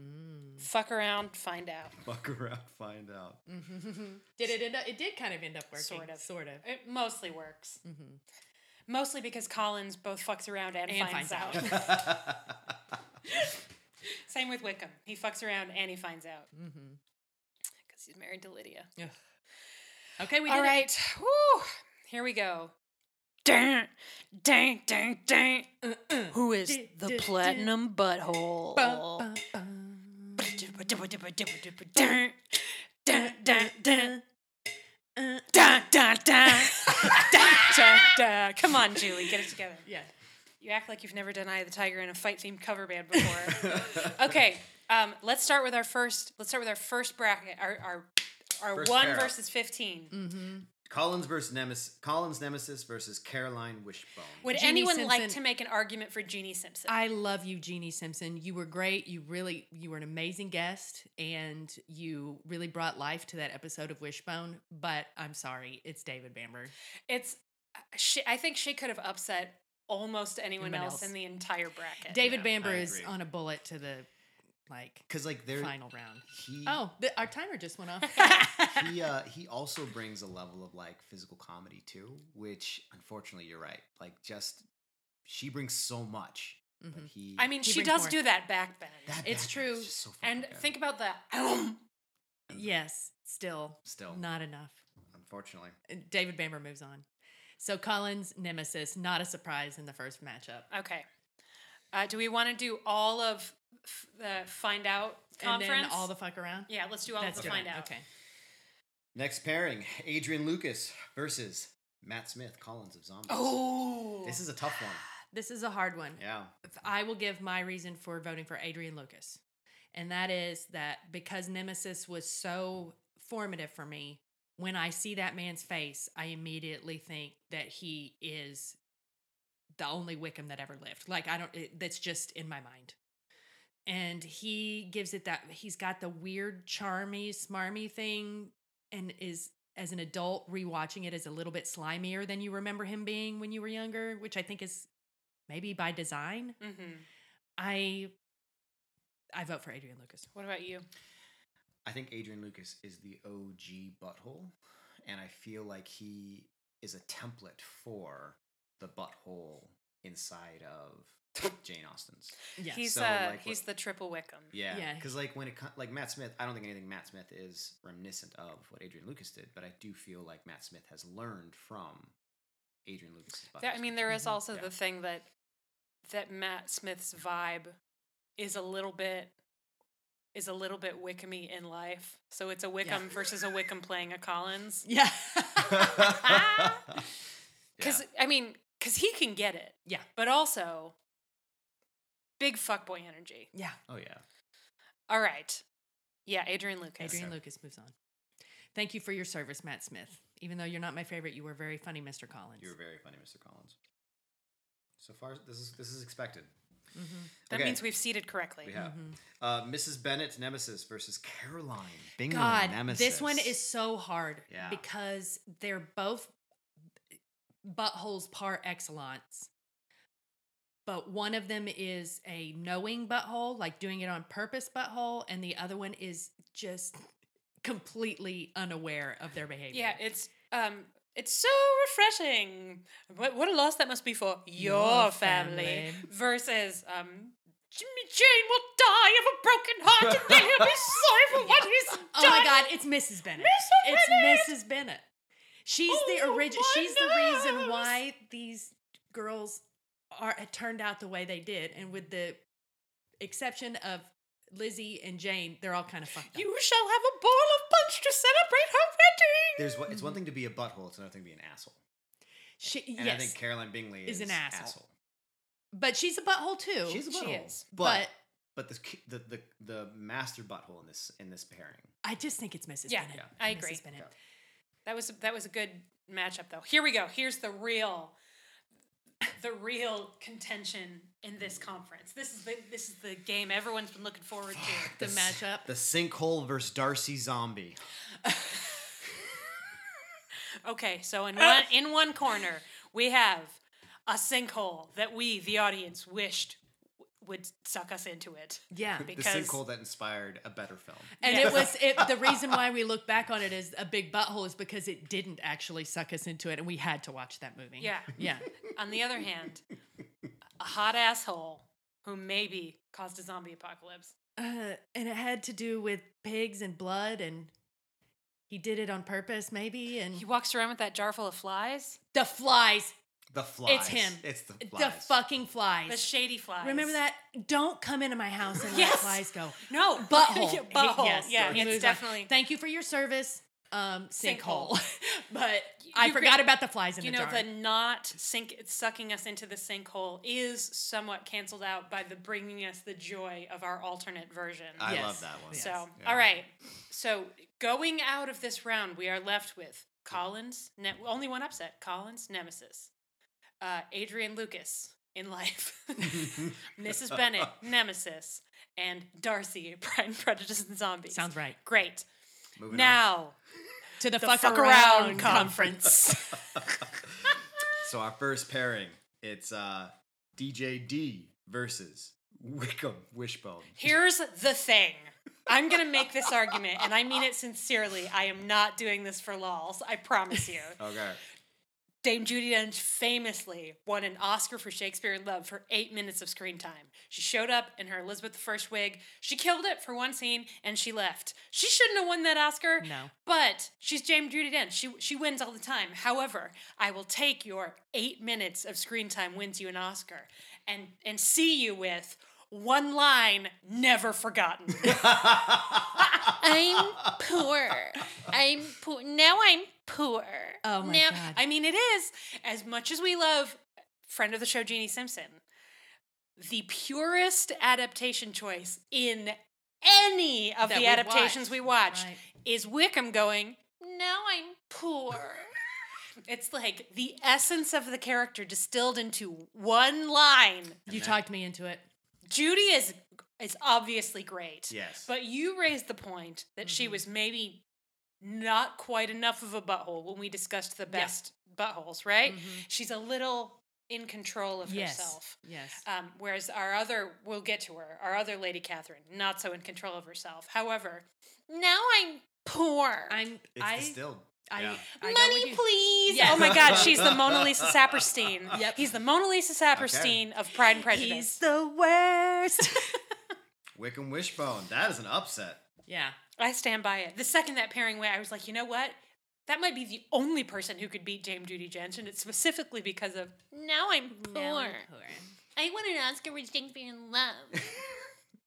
Speaker 1: mm.
Speaker 2: Fuck around, find out.
Speaker 4: Fuck around, find out.
Speaker 1: Did it end up? It did kind of end up working.
Speaker 2: Sort of.
Speaker 1: Sort of. Mm-hmm,
Speaker 2: It mostly works. Mostly because Collins both fucks around and,
Speaker 1: And
Speaker 2: finds,
Speaker 1: finds
Speaker 2: out.
Speaker 1: out.
Speaker 2: Same with Wickham. He fucks around and he finds out. Because
Speaker 1: mm-hmm.
Speaker 2: he's married to Lydia.
Speaker 1: Ugh. Okay, we did
Speaker 2: All
Speaker 1: it.
Speaker 2: right. Woo. Here we go. Dang, dang, dang, dang. Who is the platinum butthole?
Speaker 1: Bum, bum,
Speaker 2: Dun, dun, dun, dun. Dun, dun, dun. Dun, dun, dun. Come on, Julie, get it together.
Speaker 1: Yeah.
Speaker 2: You act like you've never done Eye of the Tiger in a fight themed cover band before. okay, um, let's start with our first. Let's start with our first bracket. Our our, our
Speaker 4: First
Speaker 2: one
Speaker 4: pair up.
Speaker 2: versus 15
Speaker 1: Mm.
Speaker 4: Mm-hmm. Collins versus Nemesis. Collins Nemesis versus Caroline Wishbone.
Speaker 2: Would
Speaker 1: Jeannie
Speaker 2: anyone like
Speaker 1: Simpson.
Speaker 2: to make an argument for Jeannie Simpson?
Speaker 1: I love you, Jeannie Simpson. You were great. You really, you were an amazing guest, and you really brought life to that episode of Wishbone. But I'm sorry, it's David Bamber.
Speaker 2: it's she, I think she could have upset almost anyone
Speaker 1: Anyone
Speaker 2: else,
Speaker 1: else.
Speaker 2: in the entire bracket.
Speaker 1: David
Speaker 4: Yeah,
Speaker 1: Bamber
Speaker 4: I
Speaker 1: is
Speaker 4: agree.
Speaker 1: on a bullet to the like
Speaker 4: Because like they're
Speaker 1: final round.
Speaker 4: he
Speaker 1: Oh, the, our timer just went off.
Speaker 4: he uh, he also brings a level of like physical comedy too, which unfortunately you're right. Like just she brings so much. But he
Speaker 2: Mm-hmm. I mean,
Speaker 1: He
Speaker 2: she
Speaker 1: brings
Speaker 2: does
Speaker 1: more.
Speaker 2: do that back bend.
Speaker 4: that
Speaker 1: it's
Speaker 4: back
Speaker 1: true.
Speaker 4: is just so fucking
Speaker 2: and
Speaker 4: good.
Speaker 2: think about the
Speaker 1: yes, still,
Speaker 4: Still.
Speaker 1: not enough.
Speaker 4: unfortunately.
Speaker 1: David Bamber moves on. So Collins nemesis, not a surprise in the first matchup.
Speaker 2: Okay. Uh, do we want to do all of f- the find out conference?
Speaker 1: And then all the fuck around.
Speaker 2: yeah, let's do all
Speaker 1: That's
Speaker 2: of the
Speaker 1: fine.
Speaker 2: find out.
Speaker 1: Okay.
Speaker 4: Next pairing, Adrian Lucas versus Matt Smith, Collins of Zombies.
Speaker 2: Oh,
Speaker 4: This is a tough one.
Speaker 1: This is a hard one.
Speaker 4: Yeah.
Speaker 1: I will give my reason for voting for Adrian Lucas. And that is that because Nemesis was so formative for me, when I see that man's face, I immediately think that he is the only Wickham that ever lived. Like, I don't, it, that's just in my mind. And he gives it that, he's got the weird, charmy, smarmy thing and is as an adult rewatching it is a little bit slimier than you remember him being when you were younger, which I think is maybe by design.
Speaker 2: Mm-hmm.
Speaker 1: I I vote for Adrian Lucas.
Speaker 2: What about you?
Speaker 4: I think Adrian Lucas is the OG butthole, and I feel like he is a template for the butthole inside of Jane Austen's.
Speaker 1: Yes.
Speaker 2: He's
Speaker 4: So,
Speaker 2: uh,
Speaker 4: like, what-
Speaker 2: he's the triple Wickham.
Speaker 4: Yeah,
Speaker 1: Yeah.
Speaker 4: because like when it co- like Matt Smith, I don't think anything Matt Smith is reminiscent of what Adrian Lucas did, but I do feel like Matt Smith has learned from Adrian Lucas's.
Speaker 2: There- I
Speaker 4: butthole.
Speaker 2: mean, there is also
Speaker 4: Yeah.
Speaker 2: the thing that that Matt Smith's vibe is a little bit is a little bit Wickhamy in life. So it's a Wickham versus a Wickham playing a Collins.
Speaker 1: yeah.
Speaker 4: Yeah.
Speaker 2: Because I mean, because he can get it,
Speaker 1: yeah.
Speaker 2: but also Big fuckboy energy.
Speaker 1: Yeah.
Speaker 4: Oh yeah.
Speaker 2: All right. Yeah, Adrian Lucas.
Speaker 1: Adrian Lucas moves on. Thank you for your service, Matt Smith. Even though you're not my favorite, you were very funny, Mr. Collins.
Speaker 4: You were very funny, Mr. Collins. So far, this is this is expected.
Speaker 1: Mm-hmm.
Speaker 2: That
Speaker 4: Okay.
Speaker 2: means we've seated correctly.
Speaker 4: We have uh, Mrs. Bennett Nemesis versus Caroline Bingham
Speaker 1: God,
Speaker 4: Nemesis.
Speaker 1: this one is so hard
Speaker 4: Yeah.
Speaker 1: because they're both buttholes par excellence. But one of them is a knowing butthole, like doing it on purpose butthole, and the other one is just completely unaware of their behavior.
Speaker 2: Yeah, it's um it's so refreshing. What, what a loss that must be for your,
Speaker 1: Your
Speaker 2: family.
Speaker 1: family.
Speaker 2: Versus um Jimmy Jane will die of a broken heart and then he'll be sorry for what he's done.
Speaker 1: Oh my God! It's Mrs. Bennett.
Speaker 2: Mrs.
Speaker 1: It's Mrs. Bennett. She's the
Speaker 2: Oh,
Speaker 1: origin.
Speaker 2: my
Speaker 1: She's the reason
Speaker 2: nose.
Speaker 1: why these girls are had turned out the way they did, and with the exception of Lizzie and Jane, they're all kind of fucked up.
Speaker 2: You shall have a bowl of punch to celebrate her wedding.
Speaker 4: There's one- it's one thing to be a butthole. It's another thing to be an asshole.
Speaker 1: She,
Speaker 4: And
Speaker 1: yes,
Speaker 4: I think Caroline Bingley
Speaker 1: Is
Speaker 4: is,
Speaker 1: an asshole. but she's a butthole too.
Speaker 4: She's a
Speaker 2: She
Speaker 4: butthole.
Speaker 2: is.
Speaker 4: But
Speaker 1: but
Speaker 4: but the, ki- the the the master butthole in this in this pairing.
Speaker 1: I just think it's Mrs.
Speaker 2: Yeah,
Speaker 1: Bennett.
Speaker 4: yeah,
Speaker 2: I
Speaker 1: Mrs.
Speaker 2: agree.
Speaker 1: Bennett.
Speaker 2: That was that was a good matchup though. Here we go. Here's the real the real contention in this conference. This is the this is the game everyone's been looking forward to.
Speaker 1: The
Speaker 4: s-
Speaker 1: matchup.
Speaker 4: The sinkhole versus Darcy Zombie.
Speaker 2: Okay, so in one in one corner we have a sinkhole that we, the audience, wished w- would suck us into it.
Speaker 1: yeah,
Speaker 2: Because-
Speaker 4: the sinkhole that inspired a better film.
Speaker 1: and
Speaker 2: Yes.
Speaker 1: it was it, the reason why we look back on it as a big butthole is because it didn't actually suck us into it, and we had to watch that movie.
Speaker 2: Yeah.
Speaker 1: yeah.
Speaker 2: On the other hand, a hot asshole who maybe caused a zombie apocalypse.
Speaker 1: Uh, and it had to do with pigs and blood, and he did it on purpose, maybe. And
Speaker 2: He walks around with that jar full of flies,
Speaker 1: the flies,
Speaker 4: The flies.
Speaker 1: him.
Speaker 4: It's the flies.
Speaker 1: the fucking
Speaker 2: the
Speaker 1: flies.
Speaker 2: shady flies.
Speaker 1: Remember that? Don't come into my house and
Speaker 2: Yes.
Speaker 1: let flies go.
Speaker 2: No,
Speaker 1: Butthole.
Speaker 2: Yeah, butthole.
Speaker 1: He- yes.
Speaker 2: Yeah,
Speaker 1: He
Speaker 2: it's
Speaker 1: moves on.
Speaker 2: definitely.
Speaker 1: Thank you for your service, um,
Speaker 2: Sinkhole.
Speaker 1: sinkhole. but I
Speaker 2: you
Speaker 1: forgot
Speaker 2: could-
Speaker 1: about the flies in
Speaker 2: You
Speaker 1: the
Speaker 2: know,
Speaker 1: jar.
Speaker 2: the not sink it's sucking us into the sinkhole is somewhat canceled out by the bringing us the joy of our alternate version.
Speaker 4: I
Speaker 1: Yes.
Speaker 4: love that one.
Speaker 1: Yes.
Speaker 2: So,
Speaker 4: Yeah.
Speaker 2: all right. So, going out of this round, we are left with Collins, ne- only one upset Collins, Nemesis, uh, Adrian Lucas in life, Mrs. Bennett, Nemesis, and Darcy, Pride and Prejudice and Zombies.
Speaker 1: Sounds right.
Speaker 2: great.
Speaker 4: Moving on.
Speaker 2: now,
Speaker 1: To the,
Speaker 2: the
Speaker 1: fuck,
Speaker 2: fuck
Speaker 1: around,
Speaker 2: around
Speaker 1: conference.
Speaker 4: So our first pairing, it's uh, DJD versus Wickham Wishbone.
Speaker 2: here's the thing. I'm going to make this argument, and I mean it sincerely. I am not doing this for lols. I promise you.
Speaker 4: Okay.
Speaker 2: Dame Judy Dench famously won an Oscar for Shakespeare in Love for eight minutes of screen time. She showed up in her Elizabeth I wig. She killed it for one scene and she left. She shouldn't have won that Oscar.
Speaker 1: No.
Speaker 2: But she's Dame Judy Dench. She, she wins all the time. However, I will take your eight minutes of screen time wins you an Oscar and, and see you with one line never forgotten. I'm poor. I'm poor. Now I'm poor.
Speaker 1: Oh my
Speaker 2: now,
Speaker 1: God.
Speaker 2: I mean, it is as much as we love friend of the show Jeannie Simpson, the purest adaptation choice in any of
Speaker 1: That
Speaker 2: the
Speaker 1: we
Speaker 2: adaptations
Speaker 1: watched.
Speaker 2: we watch
Speaker 1: Right.
Speaker 2: is Wickham going. Now I'm poor. it's like the essence of the character distilled into one line.
Speaker 1: You talked me into it.
Speaker 2: Judy is is obviously great.
Speaker 4: Yes.
Speaker 2: But you raised the point that she
Speaker 1: Mm-hmm.
Speaker 2: was maybe not quite enough of a butthole when we discussed the best buttholes, right? She's a little in control of
Speaker 1: Mm-hmm. Yes.
Speaker 2: herself.
Speaker 1: Yes.
Speaker 2: Um, whereas our other, we'll get to her, our other Lady Catherine, not so in control of herself. However, now I'm poor.
Speaker 1: I'm.
Speaker 4: it's
Speaker 1: I.
Speaker 4: distilled.
Speaker 1: I.
Speaker 4: Yeah.
Speaker 1: I go with
Speaker 2: Money,
Speaker 1: you.
Speaker 2: please.
Speaker 1: Yes.
Speaker 2: Oh my God, she's the Mona Lisa Saperstein.
Speaker 1: Yep.
Speaker 2: He's the Mona Lisa Saperstein of Pride and Prejudice.
Speaker 1: He's the worst.
Speaker 4: Wickham Wishbone. That is an upset.
Speaker 1: yeah.
Speaker 2: I stand by it. The second that pairing went, I was like, you know what? That might be the only person who could beat Dame Judy Dench, and it's specifically because of now I'm poor. I won an Oscar for Shakespeare in Love.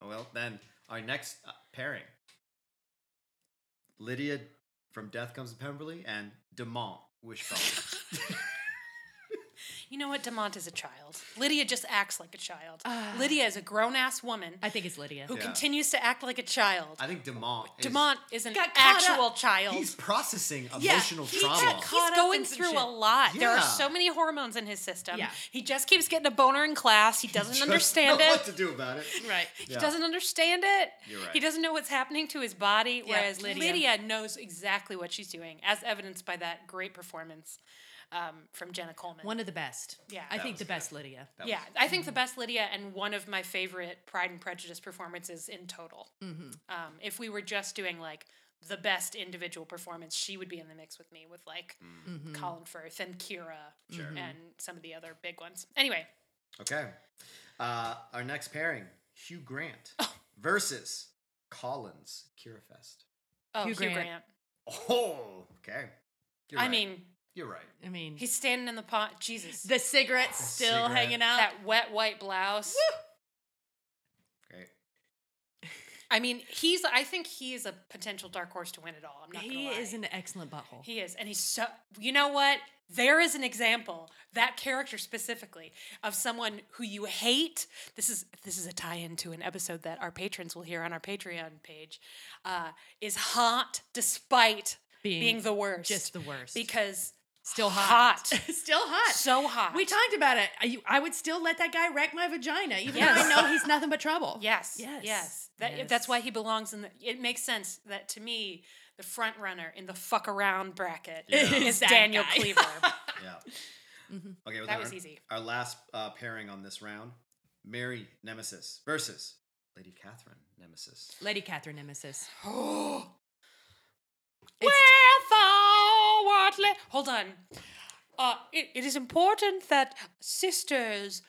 Speaker 4: Well, then our next uh, pairing: Lydia from Death Comes to Pemberley and Demont Wishbone.
Speaker 2: You know what? Demont is a child. Lydia just acts like a child. Lydia is a grown ass woman
Speaker 1: I think it's Lydia.
Speaker 2: who
Speaker 4: Yeah.
Speaker 2: continues to act like a child.
Speaker 4: I think Demont. is-
Speaker 2: Demont is an
Speaker 1: Got caught
Speaker 2: actual child.
Speaker 4: He's processing
Speaker 1: Yeah,
Speaker 4: emotional
Speaker 1: he got
Speaker 4: trauma.
Speaker 1: caught-
Speaker 2: He's
Speaker 1: up
Speaker 2: going
Speaker 1: in some
Speaker 2: through
Speaker 1: shit.
Speaker 2: a lot. There are
Speaker 4: Yeah.
Speaker 2: so many hormones in his system.
Speaker 1: Yeah.
Speaker 2: He just keeps getting a boner in class. He doesn't
Speaker 4: Just
Speaker 2: understand
Speaker 4: know
Speaker 2: it.
Speaker 4: What to do about it?
Speaker 1: Right.
Speaker 2: He doesn't understand it.
Speaker 4: You're right.
Speaker 2: He doesn't know what's happening to his body.
Speaker 1: Yeah,
Speaker 2: whereas Lydia.
Speaker 1: Lydia.
Speaker 2: knows exactly what she's doing, as evidenced by that great performance um, from Jenna Coleman.
Speaker 1: One of the best.
Speaker 2: Yeah.
Speaker 1: I
Speaker 2: That
Speaker 1: think
Speaker 4: was
Speaker 1: the
Speaker 4: good.
Speaker 1: best Lydia.
Speaker 4: That
Speaker 2: yeah,
Speaker 4: was- mm.
Speaker 2: I think the best Lydia and one of my favorite Pride and Prejudice performances in total. Um, if we were just doing like the best individual performance, she would be in the mix with me with like Colin Firth and Kira
Speaker 4: Mm. Sure.
Speaker 2: and some of the other big ones. Anyway,
Speaker 4: Okay.
Speaker 3: Uh, our next pairing Hugh Grant versus Collins Kirafest.
Speaker 2: oh,
Speaker 1: Hugh
Speaker 2: Hugh Grant.
Speaker 1: Grant.
Speaker 3: Oh, okay. You're
Speaker 2: I
Speaker 3: right.
Speaker 2: mean,
Speaker 3: you're right.
Speaker 1: I mean,
Speaker 2: he's standing in the pot. Jesus.
Speaker 1: the cigarette's still
Speaker 4: cigarette.
Speaker 1: hanging out.
Speaker 2: that wet white blouse.
Speaker 3: Great.
Speaker 2: I mean, he's. I think he is a potential dark horse to win it all. I'm not.
Speaker 1: he
Speaker 2: gonna lie.
Speaker 1: is an excellent butthole.
Speaker 2: He is, and he's so. You know what? There is an example that character specifically of someone who you hate. This is this is a tie-in to an episode that our patrons will hear on our Patreon page. Uh, is hot despite being,
Speaker 1: Being
Speaker 2: the worst,
Speaker 1: just the worst.
Speaker 2: because
Speaker 1: Still hot.
Speaker 2: hot.
Speaker 1: still hot.
Speaker 2: so hot.
Speaker 1: we talked about it. I, I would still let that guy wreck my vagina, even though I
Speaker 2: Yes.
Speaker 1: know he's nothing but trouble.
Speaker 2: Yes.
Speaker 1: Yes.
Speaker 2: Yes. Yes. That,
Speaker 1: Yes.
Speaker 2: That's why he belongs in the. It makes sense that to me, the front runner in the fuck around bracket is
Speaker 1: That
Speaker 2: Daniel
Speaker 1: guy.
Speaker 2: Cleaver.
Speaker 4: Yeah. Okay. well,
Speaker 2: Mm-hmm. That
Speaker 4: then
Speaker 2: was
Speaker 4: our-
Speaker 2: easy.
Speaker 4: Our last uh, pairing on this round: Mary Nemesis versus Lady Catherine Nemesis.
Speaker 1: Lady Catherine Nemesis.
Speaker 2: Wherefore, what le- Hold on. Uh, it, it is important that sisters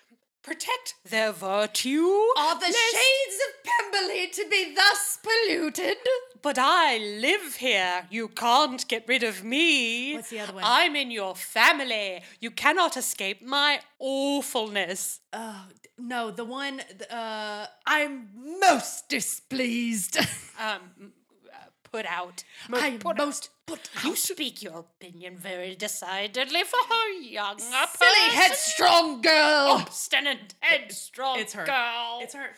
Speaker 2: protect their virtue.
Speaker 1: Are the
Speaker 2: lest-
Speaker 1: shades of Pemberley to be thus polluted?
Speaker 2: But I live here. You can't get rid of me.
Speaker 1: What's the other one?
Speaker 2: I'm in your family. You cannot escape my awfulness.
Speaker 1: Oh, d- no, the one, th- uh, I'm most displeased.
Speaker 2: um, uh, put out.
Speaker 1: I'm most put
Speaker 2: You speak your opinion very decidedly for her young, a
Speaker 1: silly,
Speaker 2: person,
Speaker 1: headstrong girl.
Speaker 2: obstinate, headstrong
Speaker 1: it's her.
Speaker 2: girl.
Speaker 1: Oh, It's her.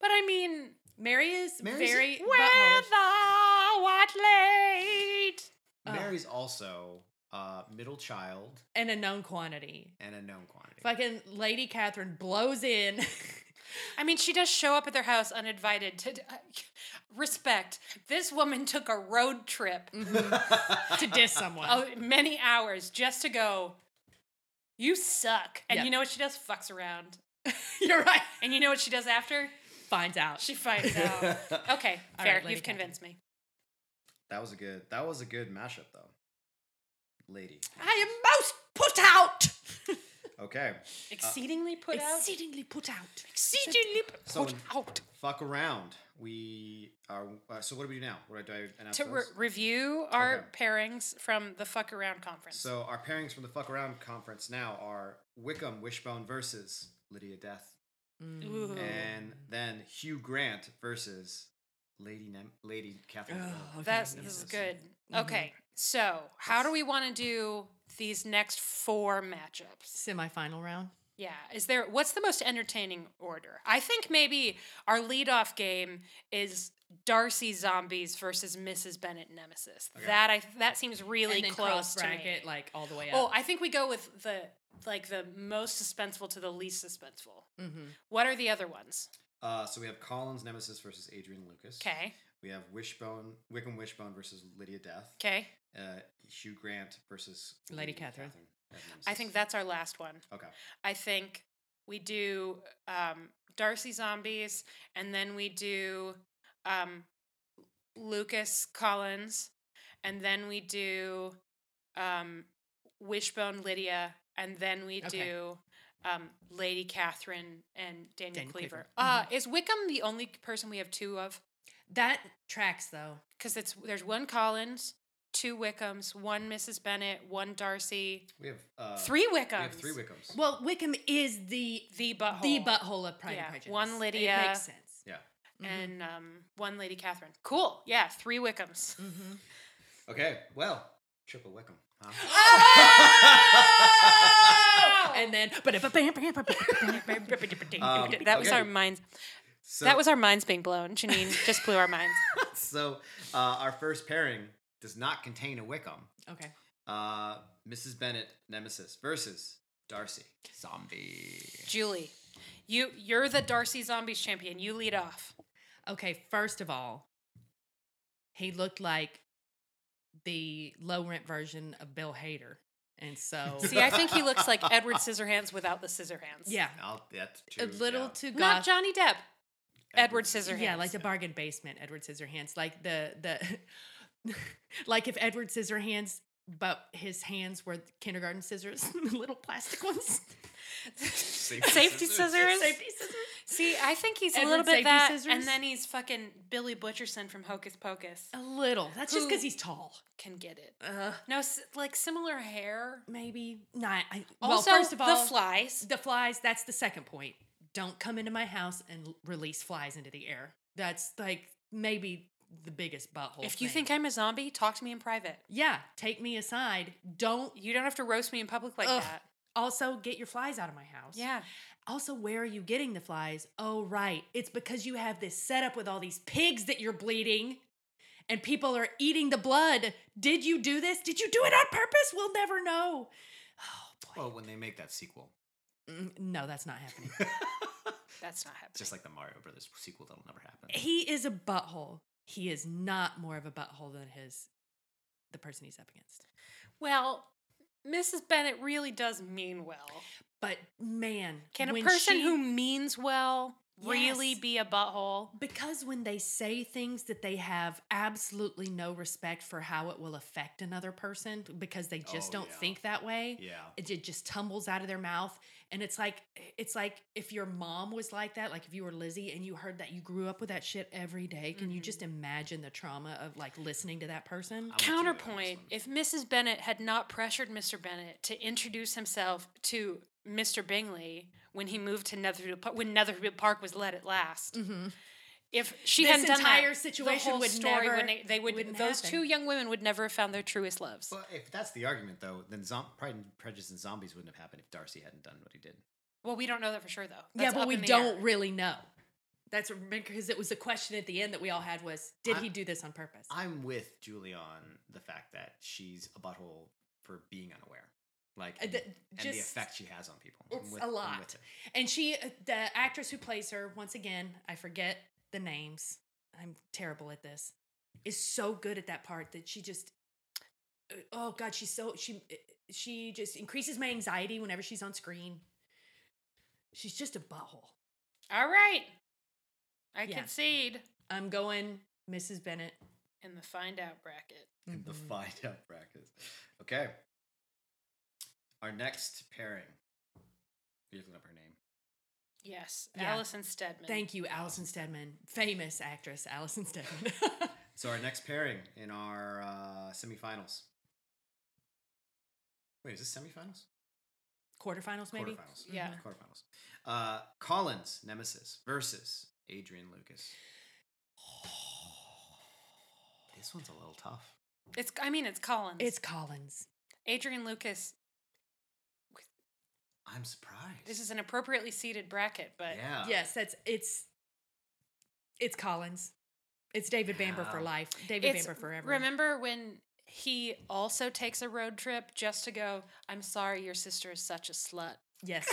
Speaker 2: But I mean,
Speaker 1: Mary is
Speaker 4: Mary's-
Speaker 1: very.
Speaker 2: where
Speaker 1: butthole.
Speaker 2: thou art laid.
Speaker 4: Mary's also uh, middle child
Speaker 1: and a known quantity.
Speaker 4: and a known quantity.
Speaker 1: Fucking Lady Catherine blows in.
Speaker 2: I mean, she does show up at their house uninvited. To uh, respect, this woman took a road trip
Speaker 1: to diss someone.
Speaker 2: of many hours just to go. You suck, and
Speaker 1: Yeah.
Speaker 2: you know what she does? Fucks around.
Speaker 1: You're right.
Speaker 2: And you know what she does after?
Speaker 1: Finds out.
Speaker 2: She finds out. Okay,
Speaker 1: All
Speaker 2: fair.
Speaker 1: right, Lady
Speaker 2: You've convinced me. Uh,
Speaker 4: that was a good. That was a good mashup, though. Lady.
Speaker 1: I am most put out.
Speaker 4: Okay.
Speaker 2: Exceedingly put out.
Speaker 1: Exceedingly put out.
Speaker 2: Exceedingly put
Speaker 4: So
Speaker 2: out.
Speaker 4: fuck around. We are. Uh, so what do we do now? What do I, do I announce?
Speaker 2: To re-
Speaker 4: those?
Speaker 2: review our
Speaker 4: Okay.
Speaker 2: pairings from the fuck around conference.
Speaker 4: so our pairings from the fuck around conference now are Wickham Wishbone versus Lydia Death,
Speaker 1: Mm,
Speaker 2: Ooh.
Speaker 4: and then Hugh Grant versus Lady Nem- Lady Catherine.
Speaker 1: Oh, okay.
Speaker 2: That's this is good. Okay, so how do we want to do these next four matchups?
Speaker 1: Semi-final round.
Speaker 2: Yeah, is there what's the most entertaining order? I think maybe our leadoff game is Darcy Zombies versus Mrs. Bennett Nemesis. That I that seems really
Speaker 1: and then
Speaker 2: close
Speaker 1: cross
Speaker 2: to me.
Speaker 1: bracket like all the way
Speaker 2: Oh,
Speaker 1: up.
Speaker 2: I think we go with the like the most suspenseful to the least suspenseful.
Speaker 1: Mm-hmm.
Speaker 2: What are the other ones?
Speaker 4: Uh, so we have Collins Nemesis versus Adrian Lucas.
Speaker 2: Okay,
Speaker 4: We have Wishbone Wickham Wishbone versus Lydia Death.
Speaker 2: okay.
Speaker 4: Uh, Hugh Grant versus
Speaker 1: Lady Catherine.
Speaker 4: as Nemesis.
Speaker 2: I think that's our last one.
Speaker 4: Okay.
Speaker 2: I think we do um, Darcy Zombies, and then we do um, Lucas Collins, and then we do um, Wishbone Lydia, and then we
Speaker 1: Okay.
Speaker 2: do um, Lady Catherine and Daniel,
Speaker 1: Daniel
Speaker 2: Cleaver.
Speaker 1: Cleaver.
Speaker 2: Uh, is Wickham the only person we have two of?
Speaker 1: that tracks though.
Speaker 2: Because it's there's one Collins, two Wickhams, one Mrs. Bennett, one Darcy,
Speaker 4: we have uh,
Speaker 2: three
Speaker 4: We
Speaker 2: Wickhams.
Speaker 4: have three Wickhams.
Speaker 1: Well, Wickham is the
Speaker 2: The butthole.
Speaker 1: the butthole mm-hmm. of Pride
Speaker 2: Yeah,
Speaker 1: and Prejudice.
Speaker 2: one
Speaker 1: and
Speaker 2: Lydia.
Speaker 1: It makes sense.
Speaker 4: yeah.
Speaker 2: and um, one Lady Catherine. Cool. Yeah, three Wickhams.
Speaker 1: Mm-hmm.
Speaker 4: Okay. Well, triple Wickham. Huh?
Speaker 1: and then
Speaker 4: Um,
Speaker 2: that was
Speaker 4: okay.
Speaker 2: our minds.
Speaker 4: So,
Speaker 2: that was our minds being blown. Janine just blew our minds.
Speaker 4: so uh, our first pairing does not contain a Wickham.
Speaker 1: okay.
Speaker 4: Uh, Mrs. Bennett, Nemesis versus Darcy, Zombie.
Speaker 2: Julie, you you're the Darcy Zombies champion. You lead off.
Speaker 1: Okay, first of all, he looked like the low rent version of Bill Hader. And so
Speaker 2: See, I think he looks like Edward Scissorhands without the scissor hands.
Speaker 1: yeah,
Speaker 4: Oh, that's
Speaker 1: a
Speaker 4: true.
Speaker 1: little
Speaker 4: yeah.
Speaker 1: too
Speaker 2: Not
Speaker 1: goth.
Speaker 2: Johnny Depp. Edward
Speaker 4: Edward
Speaker 2: Scissorhands.
Speaker 1: yeah, like the bargain basement Edward Scissorhands, like the the like if Edward Scissorhands but his hands were kindergarten scissors, little plastic ones.
Speaker 2: safety,
Speaker 4: scissors.
Speaker 2: scissors.
Speaker 1: Safety scissors.
Speaker 2: See, I think he's a
Speaker 1: Edward
Speaker 2: little bit
Speaker 1: Safety
Speaker 2: that, and
Speaker 1: Scissors?
Speaker 2: then he's fucking Billy Butcherson from Hocus Pocus
Speaker 1: A little. That's just
Speaker 2: Who-
Speaker 1: because he's tall.
Speaker 2: can get it.
Speaker 1: Uh,
Speaker 2: No, s- like similar hair.
Speaker 1: maybe not. I,
Speaker 2: Also,
Speaker 1: well, first of all,
Speaker 2: the flies.
Speaker 1: the flies. That's the second point. Don't come into my house and l- release flies into the air. That's like maybe the biggest butthole.
Speaker 2: If you
Speaker 1: thing.
Speaker 2: think I'm a zombie, talk to me in private.
Speaker 1: yeah, take me aside. Don't.
Speaker 2: You don't have to roast me in public like
Speaker 1: Ugh.
Speaker 2: that.
Speaker 1: Also, get your flies out of my house.
Speaker 2: Yeah.
Speaker 1: Also, where are you getting the flies? Oh, right. It's because you have this setup with all these pigs that you're bleeding and people are eating the blood. Did you do this? Did you do it on purpose? We'll never know. Oh, boy.
Speaker 4: Well, when they make that sequel,
Speaker 1: Mm, No, that's not happening.
Speaker 2: That's not happening.
Speaker 4: just like the Mario Brothers sequel, that'll never happen.
Speaker 1: he is a butthole. He is not more of a butthole than his the person he's up against.
Speaker 2: Well, Mrs. Bennett really does mean well.
Speaker 1: But man,
Speaker 2: Can
Speaker 1: when
Speaker 2: a person
Speaker 1: she-
Speaker 2: who means well really
Speaker 1: Yes.
Speaker 2: be a butthole?
Speaker 1: because when they say things that they have absolutely no respect for how it will affect another person because they just
Speaker 4: Oh,
Speaker 1: don't
Speaker 4: yeah.
Speaker 1: think that way.
Speaker 4: Yeah.
Speaker 1: It ju- just tumbles out of their mouth and it's like it's like if your mom was like that like if you were lizzie and you heard that you grew up with that shit every day can you
Speaker 2: Mhm.
Speaker 1: just imagine the trauma of like listening to that person
Speaker 4: I'm with you on this
Speaker 2: Counterpoint
Speaker 4: one.
Speaker 2: if Mrs. Bennett had not pressured Mr. Bennett to introduce himself to Mr. Bingley when he moved to Netherfield Park, when Netherfield Park was let at last,
Speaker 1: mm-hmm.
Speaker 2: if she
Speaker 1: This
Speaker 2: hadn't done
Speaker 1: entire
Speaker 2: that,
Speaker 1: situation
Speaker 2: the whole
Speaker 1: would
Speaker 2: story
Speaker 1: never-
Speaker 2: wouldn't- e, they would
Speaker 1: wouldn't
Speaker 2: those
Speaker 1: happen.
Speaker 2: two young women would never have found their truest loves.
Speaker 4: Well, if that's the argument, though, then Zom- Pride and Prejudice and Zombies wouldn't have happened if Darcy hadn't done what he did.
Speaker 2: Well, we don't know that for sure though.
Speaker 1: yeah,
Speaker 2: That's
Speaker 1: but
Speaker 2: up
Speaker 1: we
Speaker 2: in the
Speaker 1: don't
Speaker 2: air.
Speaker 1: really know. That's what- because it was a question at the end that we all had was, did
Speaker 4: I-
Speaker 1: he do this on purpose?
Speaker 4: I'm with Julie on the fact that she's a butthole for being unaware, like
Speaker 1: Uh,
Speaker 4: and,
Speaker 1: the-
Speaker 4: and the
Speaker 1: just-
Speaker 4: effect she has on people. I'm
Speaker 1: it's
Speaker 4: with-
Speaker 1: a
Speaker 4: I'm with
Speaker 1: lot.
Speaker 4: it.
Speaker 1: and she, uh, the actress who plays her, once again, I forget the names. I'm terrible at this. Is so good at that part that she just, uh, oh god, she's so she uh, she just increases my anxiety whenever she's on screen. She's just a butthole.
Speaker 2: All right, I
Speaker 1: Yeah.
Speaker 2: concede
Speaker 1: I'm going, Mrs. Bennett.
Speaker 2: in the find out bracket.
Speaker 4: in the
Speaker 2: Mm-hmm.
Speaker 1: Mhm.
Speaker 4: find out brackets. Okay. Our next pairing. You're looking up her name.
Speaker 2: Yes,
Speaker 1: Yeah.
Speaker 2: Allison Stedman.
Speaker 1: Thank you, Allison Steadman, famous actress Allison Steadman.
Speaker 4: So our next pairing in our uh, semifinals. Wait, is this semifinals?
Speaker 1: Quarterfinals, maybe.
Speaker 4: Quarterfinals. Mm-hmm.
Speaker 2: Yeah.
Speaker 1: Mhm.
Speaker 4: Quarterfinals. Uh, Collins Nemesis versus Adrian Lucas. This one's a little tough.
Speaker 2: It's I mean it's Collins.
Speaker 1: It's Collins.
Speaker 2: Adrian Lucas.
Speaker 4: I'm surprised.
Speaker 2: This is an appropriately seated bracket, but
Speaker 4: yeah.
Speaker 1: yes, that's it's it's Collins. It's David Bamber for
Speaker 4: Yeah.
Speaker 1: life. David
Speaker 2: it's
Speaker 1: Bamber forever.
Speaker 2: remember when he also takes a road trip just to go. I'm sorry, your sister is such a slut.
Speaker 1: Yes.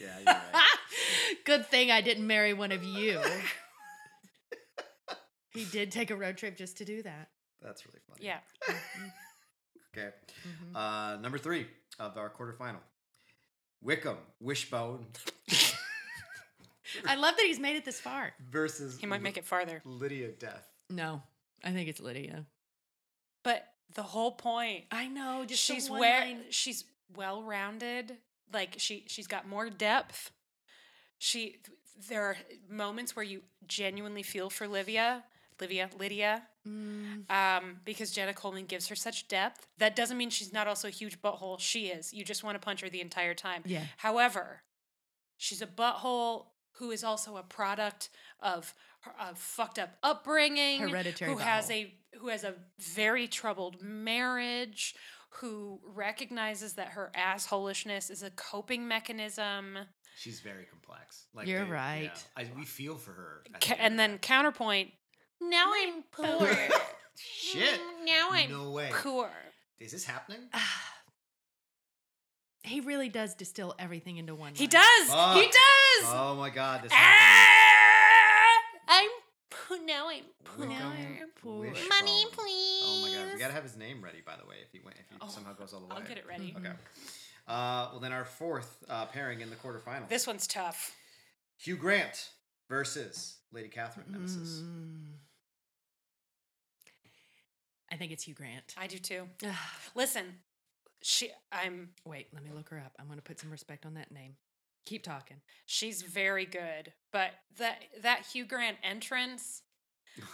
Speaker 4: Yeah, you're right.
Speaker 1: Good thing I didn't marry one of you. he did take a road trip just to do that.
Speaker 4: That's really funny.
Speaker 2: Yeah,
Speaker 4: Okay.
Speaker 1: Mhm.
Speaker 4: Uh, number three of our quarterfinal. Wickham Wishbone
Speaker 1: I love that he's made it this far.
Speaker 4: versus
Speaker 2: he might make it farther.
Speaker 4: Lydia Death.
Speaker 1: No, I think it's Lydia.
Speaker 2: But the whole point,
Speaker 1: I know. Just
Speaker 2: she's
Speaker 1: the one
Speaker 2: where
Speaker 1: line-
Speaker 2: she's well rounded. Like she she's got more depth. She there are moments where you genuinely feel for Livia, Livia, Lydia.
Speaker 1: Mm,
Speaker 2: um, because Jenna Coleman gives her such depth. That doesn't mean she's not also a huge butthole. She is. You just want to punch her the entire time.
Speaker 1: yeah.
Speaker 2: However, she's a butthole who is also a product of her- of fucked up upbringing,
Speaker 1: Hereditary
Speaker 2: who has
Speaker 1: butthole.
Speaker 2: a who has a very troubled marriage, who recognizes that her assholishness is a coping mechanism
Speaker 4: She's very complex. Like
Speaker 1: You're
Speaker 4: they- yeah.
Speaker 1: right.
Speaker 4: I, we feel for her. at
Speaker 2: Ca-
Speaker 4: the end
Speaker 2: and
Speaker 4: of
Speaker 2: then
Speaker 4: that.
Speaker 2: counterpoint now i'm poor Mm,
Speaker 4: shit.
Speaker 2: now i'm
Speaker 4: No way. Oh
Speaker 2: poor
Speaker 4: Is this happening?
Speaker 1: he really does distill everything into one.
Speaker 2: he
Speaker 1: line.
Speaker 2: does he
Speaker 4: Fuck.
Speaker 2: does
Speaker 4: Oh my god, this happened.
Speaker 2: ah, i'm po- now i'm poor
Speaker 1: Now
Speaker 4: Wickham
Speaker 1: I'm poor.
Speaker 4: Wishbone.
Speaker 2: money please
Speaker 4: Oh my god, we gotta have his name ready, by the way, if he went, if he
Speaker 2: Oh,
Speaker 4: somehow goes all the way.
Speaker 2: i'll get it ready
Speaker 4: Okay. Uh, well, then our fourth uh, pairing in the quarterfinals:
Speaker 2: this one's tough
Speaker 4: Hugh Grant versus Lady Catherine Nemesis.
Speaker 1: Mm. I think it's Hugh Grant.
Speaker 2: i do too
Speaker 1: Ah,
Speaker 2: listen she i'm
Speaker 1: Wait, let me look her up. I'm going to put some respect on that name. Keep talking.
Speaker 2: She's very good, but that that Hugh Grant entrance,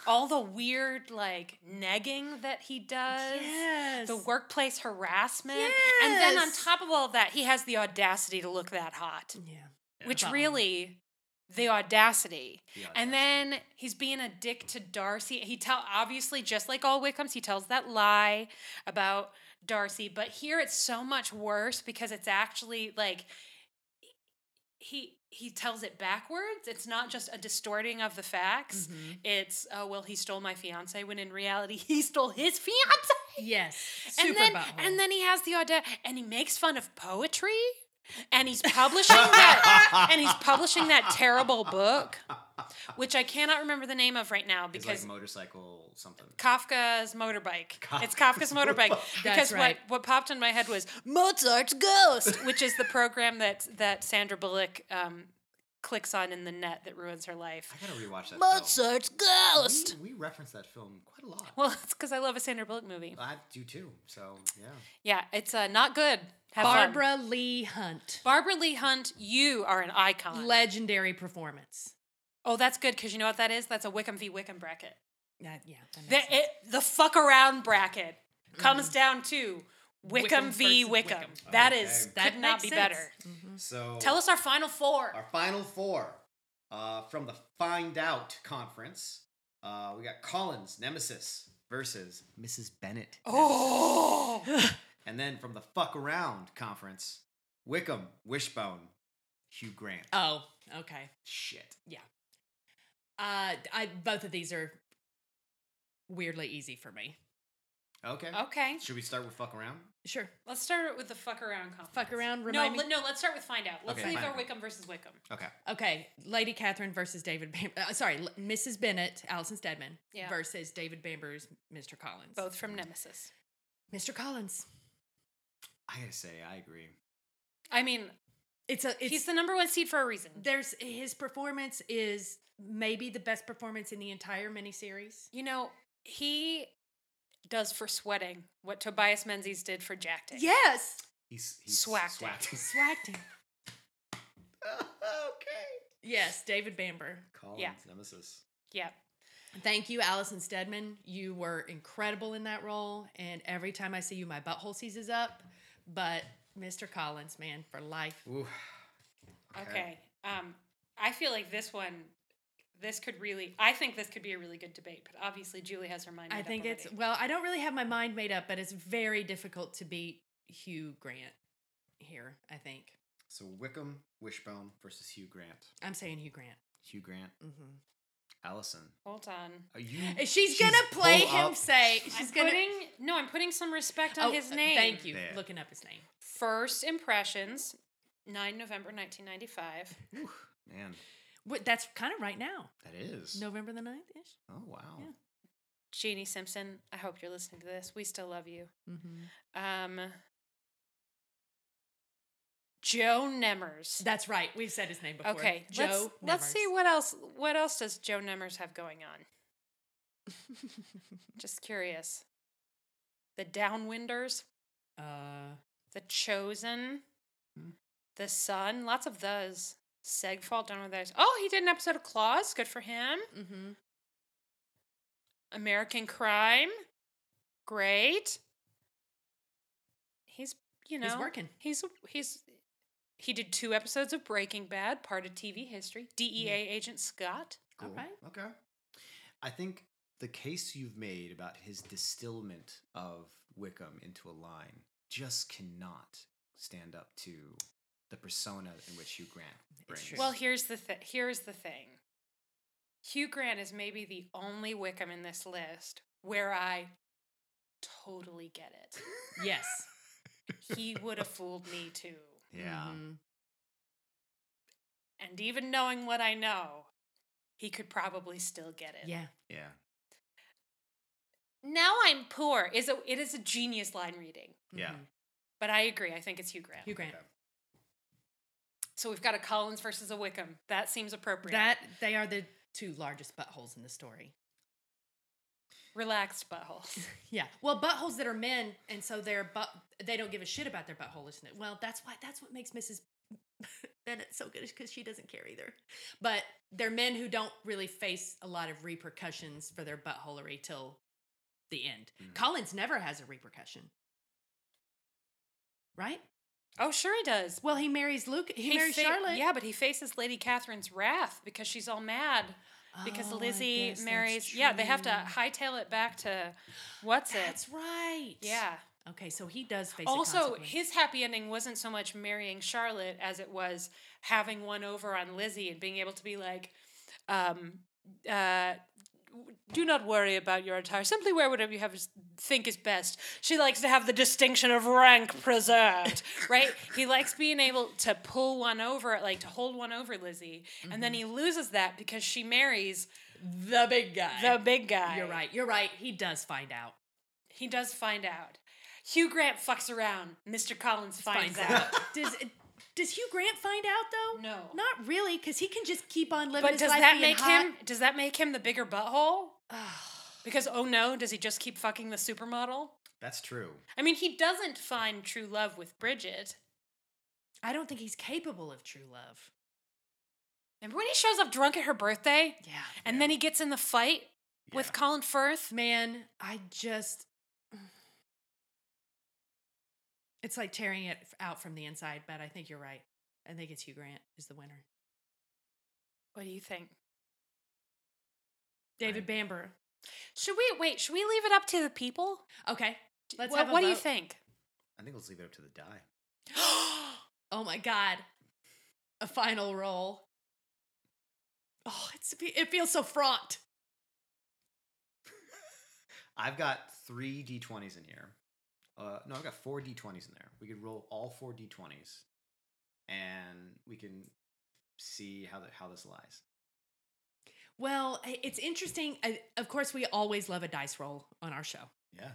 Speaker 2: all the weird like negging that he does, the workplace harassment, and then on
Speaker 1: Yes.
Speaker 2: top of all of that, he has the audacity to look that hot,
Speaker 1: Yeah.
Speaker 2: which
Speaker 1: Wow.
Speaker 2: really the audacity.
Speaker 4: The
Speaker 2: And
Speaker 4: audacity.
Speaker 2: then he's being a dick to Darcy. He tell obviously just like all Wickhams, he tells that lie about Darcy, but here it's so much worse because it's actually like he he tells it backwards. It's not just a distorting of the facts.
Speaker 1: Mhm.
Speaker 2: It's oh well, he stole my fiance when in reality he stole his fiance.
Speaker 1: Yes.
Speaker 2: And
Speaker 1: Super
Speaker 2: then
Speaker 1: butthole.
Speaker 2: and then he has the audacity and he makes fun of poetry and he's publishing that and he's publishing that terrible book which I cannot remember the name of right now
Speaker 4: it's
Speaker 2: because
Speaker 4: like motorcycle something.
Speaker 2: Kafka's motorbike. it's
Speaker 4: Kafka's
Speaker 2: Kafka's motorbike
Speaker 4: Motorbike.
Speaker 2: because
Speaker 1: That's right.
Speaker 2: what, what popped in my head was Mozart's Ghost, which is the program that that Sandra Bullock um, clicks on in the net that ruins her life.
Speaker 4: I gotta rewatch that. film.
Speaker 2: Mozart's Ghost.
Speaker 4: We, we reference that film quite a lot.
Speaker 2: Well, it's because I love a Sandra Bullock movie.
Speaker 4: I do too. So yeah.
Speaker 2: Yeah, it's uh, not good. Have fun.
Speaker 1: Barbara Lee Hunt.
Speaker 2: Barbara Lee Hunt, you are an icon.
Speaker 1: Legendary performance.
Speaker 2: oh, that's good because you know what that is? That's a Wickham v. Wickham bracket.
Speaker 1: That, yeah. that
Speaker 2: The,
Speaker 1: makes sense.
Speaker 2: it, the fuck around bracket comes down to Wickham,
Speaker 4: Wickham
Speaker 2: v.
Speaker 4: versus
Speaker 2: Wickham.
Speaker 4: Wickham.
Speaker 2: That is
Speaker 4: Mm-hmm. Okay.
Speaker 1: That
Speaker 2: could not
Speaker 1: makes
Speaker 2: be
Speaker 1: sense.
Speaker 2: better.
Speaker 1: Mhm.
Speaker 4: So
Speaker 2: Mm. Tell us our final four.
Speaker 4: Our final four uh, from the Find Out conference. Uh, we got Collins Nemesis versus Mrs. Bennett.
Speaker 2: Oh,
Speaker 4: And then from the Fuck Around conference, Wickham Wishbone Hugh Grant.
Speaker 1: Oh, okay.
Speaker 4: Shit.
Speaker 1: Uh, I, both of these are weirdly easy for me.
Speaker 4: Okay.
Speaker 2: okay.
Speaker 4: Should we start with Fuck Around?
Speaker 1: Sure. Let's
Speaker 2: Let's start with the fuck around conference.
Speaker 1: fuck around.
Speaker 2: No,
Speaker 1: Remind me.
Speaker 2: let, no. Let's start with find out. Let's
Speaker 4: Okay,
Speaker 2: leave
Speaker 4: find
Speaker 2: our
Speaker 4: out.
Speaker 2: Wickham versus Wickham.
Speaker 4: Okay.
Speaker 1: Okay, Lady Catherine versus David. Bam- uh, sorry, L- Mrs. Bennett, Allison Steadman
Speaker 2: Yeah.
Speaker 1: versus David Bamber's Mr. Collins.
Speaker 2: Both from Nemesis.
Speaker 1: Mr. Collins.
Speaker 4: I gotta say, I agree.
Speaker 2: I mean,
Speaker 1: It's a. It's
Speaker 2: he's the number one seed for a reason.
Speaker 1: there's his performance is maybe the best performance in the entire miniseries.
Speaker 2: You know, he does for sweating what Tobias Menzies did for Jack Day.
Speaker 1: Yes,
Speaker 4: He's, he's
Speaker 2: Swacked it.
Speaker 1: swagged him.
Speaker 4: okay.
Speaker 1: Yes, David Bamber.
Speaker 4: Collins
Speaker 2: Yeah.
Speaker 4: Nemesis.
Speaker 2: Yeah.
Speaker 1: Thank you, Allison Steadman. You were incredible in that role, and every time I see you, my butthole seizes up. But Mr. Collins, man, for life.
Speaker 4: Ooh.
Speaker 2: Okay. Um, I feel like this one, this could really. I think this could be a really good debate. But obviously, Julie has her mind. made
Speaker 1: I
Speaker 2: up
Speaker 1: think it's
Speaker 2: already.
Speaker 1: well, I don't really have my mind made up, but it's very difficult to beat Hugh Grant here, I think.
Speaker 4: So Wickham Wishbone versus Hugh Grant.
Speaker 1: I'm saying Hugh Grant.
Speaker 4: Hugh Grant.
Speaker 1: hmm
Speaker 4: Allison.
Speaker 2: Hold on.
Speaker 4: Are you?
Speaker 1: She's, gonna play
Speaker 4: full
Speaker 1: him
Speaker 4: up.
Speaker 1: say
Speaker 2: I'm
Speaker 1: she's gonna
Speaker 2: putting no. I'm putting some respect on
Speaker 1: Oh,
Speaker 2: his
Speaker 1: uh,
Speaker 2: name.
Speaker 1: Thank you.
Speaker 4: There.
Speaker 1: Looking up his name.
Speaker 2: First impressions, 9 November 1995.
Speaker 4: Ooh, man,
Speaker 1: Wh- That's kind of right now.
Speaker 4: that is.
Speaker 1: November the 9th ish.
Speaker 4: Oh wow.
Speaker 1: Yeah.
Speaker 2: Jeannie Simpson, I hope you're listening to this. We still love you.
Speaker 1: Mm-hmm.
Speaker 2: Um, Joe Nemmers.
Speaker 1: That's right. We've said his name before.
Speaker 2: okay,
Speaker 1: Joe.
Speaker 2: let's, let's see what else. What else does Joe Nemmers have going on? Just curious. The Downwinders,
Speaker 1: what. Uh,
Speaker 2: The Chosen,
Speaker 1: Mm.
Speaker 2: The Sun. Lots of those. Segfault, Downwinders. Oh, he did an episode of Claws. Good for him.
Speaker 1: mm-hmm.
Speaker 2: American Crime. Great. He's you know
Speaker 1: He's working.
Speaker 2: He's he's he did two episodes of Breaking Bad, part of TV history.
Speaker 1: Mm.
Speaker 2: DEA agent Scott.
Speaker 1: All right.
Speaker 4: Okay. I think the case you've made about his distillment of Wickham into a line just cannot stand up to the persona in which Hugh Grant brings.
Speaker 1: true.
Speaker 2: Well, here's the th- here's the thing. Hugh Grant is maybe the only Wickham in this list where I totally get it.
Speaker 1: Yes.
Speaker 2: He would have fooled me too.
Speaker 4: yeah,
Speaker 1: Mhm.
Speaker 2: And even knowing what I know, he could probably still get it.
Speaker 1: Yeah.
Speaker 4: yeah.
Speaker 2: Now I'm poor is a it is a genius line reading.
Speaker 4: Yeah.
Speaker 1: Mhm.
Speaker 2: But I agree. I think it's Hugh Grant.
Speaker 1: Hugh Grant.
Speaker 2: So we've got a Collins versus a Wickham. That seems appropriate.
Speaker 1: That they are the two largest buttholes in the story.
Speaker 2: relaxed buttholes.
Speaker 1: Yeah. Well, buttholes that are men, and so they're but they don't give a shit about their butthole, isn't it? Well, that's why that's what makes Mrs. Bennett so good because she doesn't care either. But they're men who don't really face a lot of repercussions for their buttholery till the end.
Speaker 4: Mhm.
Speaker 1: Collins never has a repercussion. Right?
Speaker 2: Oh, sure he does.
Speaker 1: Well, he marries Luke. He, marries
Speaker 2: fa-
Speaker 1: Charlotte.
Speaker 2: Yeah, but he faces Lady Catherine's wrath because she's all mad because
Speaker 1: Oh, I
Speaker 2: Lizzie
Speaker 1: guess that's
Speaker 2: marries. Yeah, they have to
Speaker 1: true.
Speaker 2: hightail it back to what's it?
Speaker 1: That's right.
Speaker 2: Yeah.
Speaker 1: Okay, so he does face. a
Speaker 2: Also,
Speaker 1: consequence.
Speaker 2: his happy ending wasn't so much marrying Charlotte as it was having one over on Lizzie and being able to be like, um, uh, do not worry about your attire. Simply wear whatever you have is- think is best. She likes to have the distinction of rank preserved, right? He likes being able to pull one over, like to hold one over Lizzie, and then he
Speaker 1: Mm-hmm.
Speaker 2: loses that because she marries
Speaker 1: the big guy.
Speaker 2: the big guy.
Speaker 1: You're right. You're right. He does find out.
Speaker 2: He does find out. Hugh Grant fucks around. Mr. Collins finds, out.
Speaker 1: does Does Hugh Grant find out though?
Speaker 2: No.
Speaker 1: Not really, because he can just keep on living.
Speaker 2: But
Speaker 1: his
Speaker 2: does
Speaker 1: life
Speaker 2: that
Speaker 1: being
Speaker 2: make
Speaker 1: hot.
Speaker 2: him? Does that make him the bigger butthole? because oh no, does he just keep fucking the supermodel?
Speaker 4: That's true.
Speaker 2: I mean, he doesn't find true love with Bridget.
Speaker 1: I don't think he's capable of true love.
Speaker 2: Remember when he shows up drunk at her birthday,
Speaker 1: Yeah.
Speaker 2: and then he gets in the fight
Speaker 4: Yeah.
Speaker 2: with Colin Firth?
Speaker 1: Man, I just. It's like tearing it out from the inside, but I think you're right. I think it's Hugh Grant is the winner.
Speaker 2: What do you think?
Speaker 1: David Bamber.
Speaker 2: Should we wait? Should we leave it up to the people?
Speaker 1: Okay. Let's
Speaker 2: Wha-
Speaker 1: have a
Speaker 2: what do you
Speaker 1: vote.
Speaker 2: think?
Speaker 4: I think let's leave it up to the die.
Speaker 1: oh my god a final roll oh it's it feels so fraught
Speaker 4: I've got three d20s in here. Uh, no, I've got four d20s in there. We could roll all four d20s, and we can see how the, how this lies.
Speaker 1: well i- it's interesting I, of course we always love a dice roll on our show
Speaker 4: Yeah.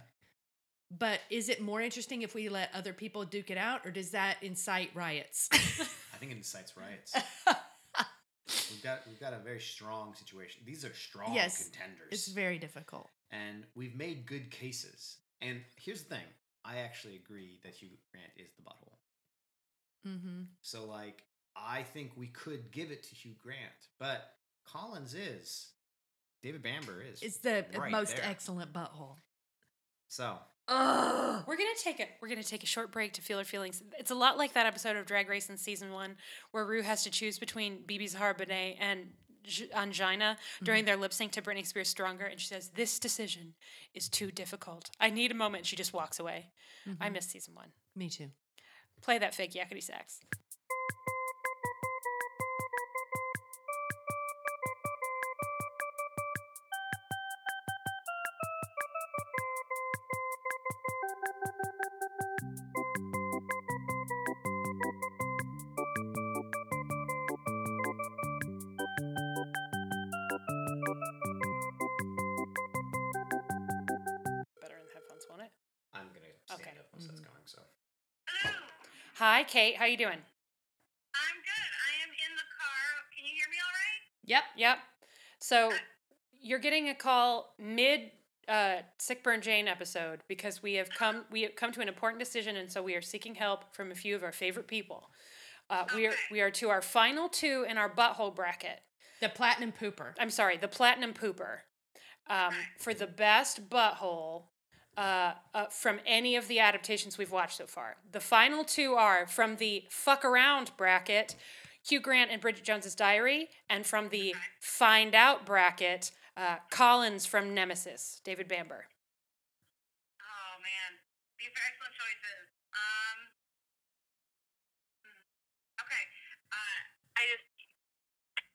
Speaker 1: but is it more interesting if we let other people duke it out or does that incite riots
Speaker 4: I think it incites riots. we've got we've got a very strong situation. These are strong
Speaker 1: Yes,
Speaker 4: contenders.
Speaker 1: it's very difficult
Speaker 4: and we've made good cases. And here's the thing: I actually agree that Hugh Grant is the butthole.
Speaker 1: mm-hmm.
Speaker 4: So like, I think we could give it to Hugh Grant, but Collins is. David Bamber is.
Speaker 1: it's the
Speaker 4: right
Speaker 1: most
Speaker 4: there.
Speaker 1: excellent butthole
Speaker 4: So
Speaker 1: Ugh.
Speaker 2: We're gonna take a we're gonna take a short break to feel our feelings. It's a lot like that episode of Drag Race in season one where Rue has to choose between BB's Harbonnet and J- Angina during their lip sync to Britney Spears' "Stronger," and she says, "This decision is too difficult. I need a moment." She just walks away. I miss season one.
Speaker 1: me too
Speaker 2: Play that fake yakety sax. Better in the headphones, won't it?
Speaker 4: I'm gonna stand
Speaker 2: Okay. Mm-hmm.
Speaker 4: up once that's going. So
Speaker 5: Hello.
Speaker 2: Hi, Kate. How you doing?
Speaker 5: I'm good. I am in the car. Can you hear me all right?
Speaker 2: Yep, yep. So you're getting a call mid uh, sick burn Jane episode because we have come we have come to an important decision, and so we are seeking help from a few of our favorite people. Uh, we are we are to our final two in our butthole bracket.
Speaker 1: the platinum pooper
Speaker 2: I'm sorry, the platinum pooper um, for the best butthole uh, uh, from any of the adaptations we've watched so far. The final two are from the fuck around bracket, Hugh Grant and Bridget Jones's Diary, and from the find out bracket, uh, Collins from Nemesis, David Bamber.
Speaker 5: Oh man, these are excellent choices. hmm. Uh,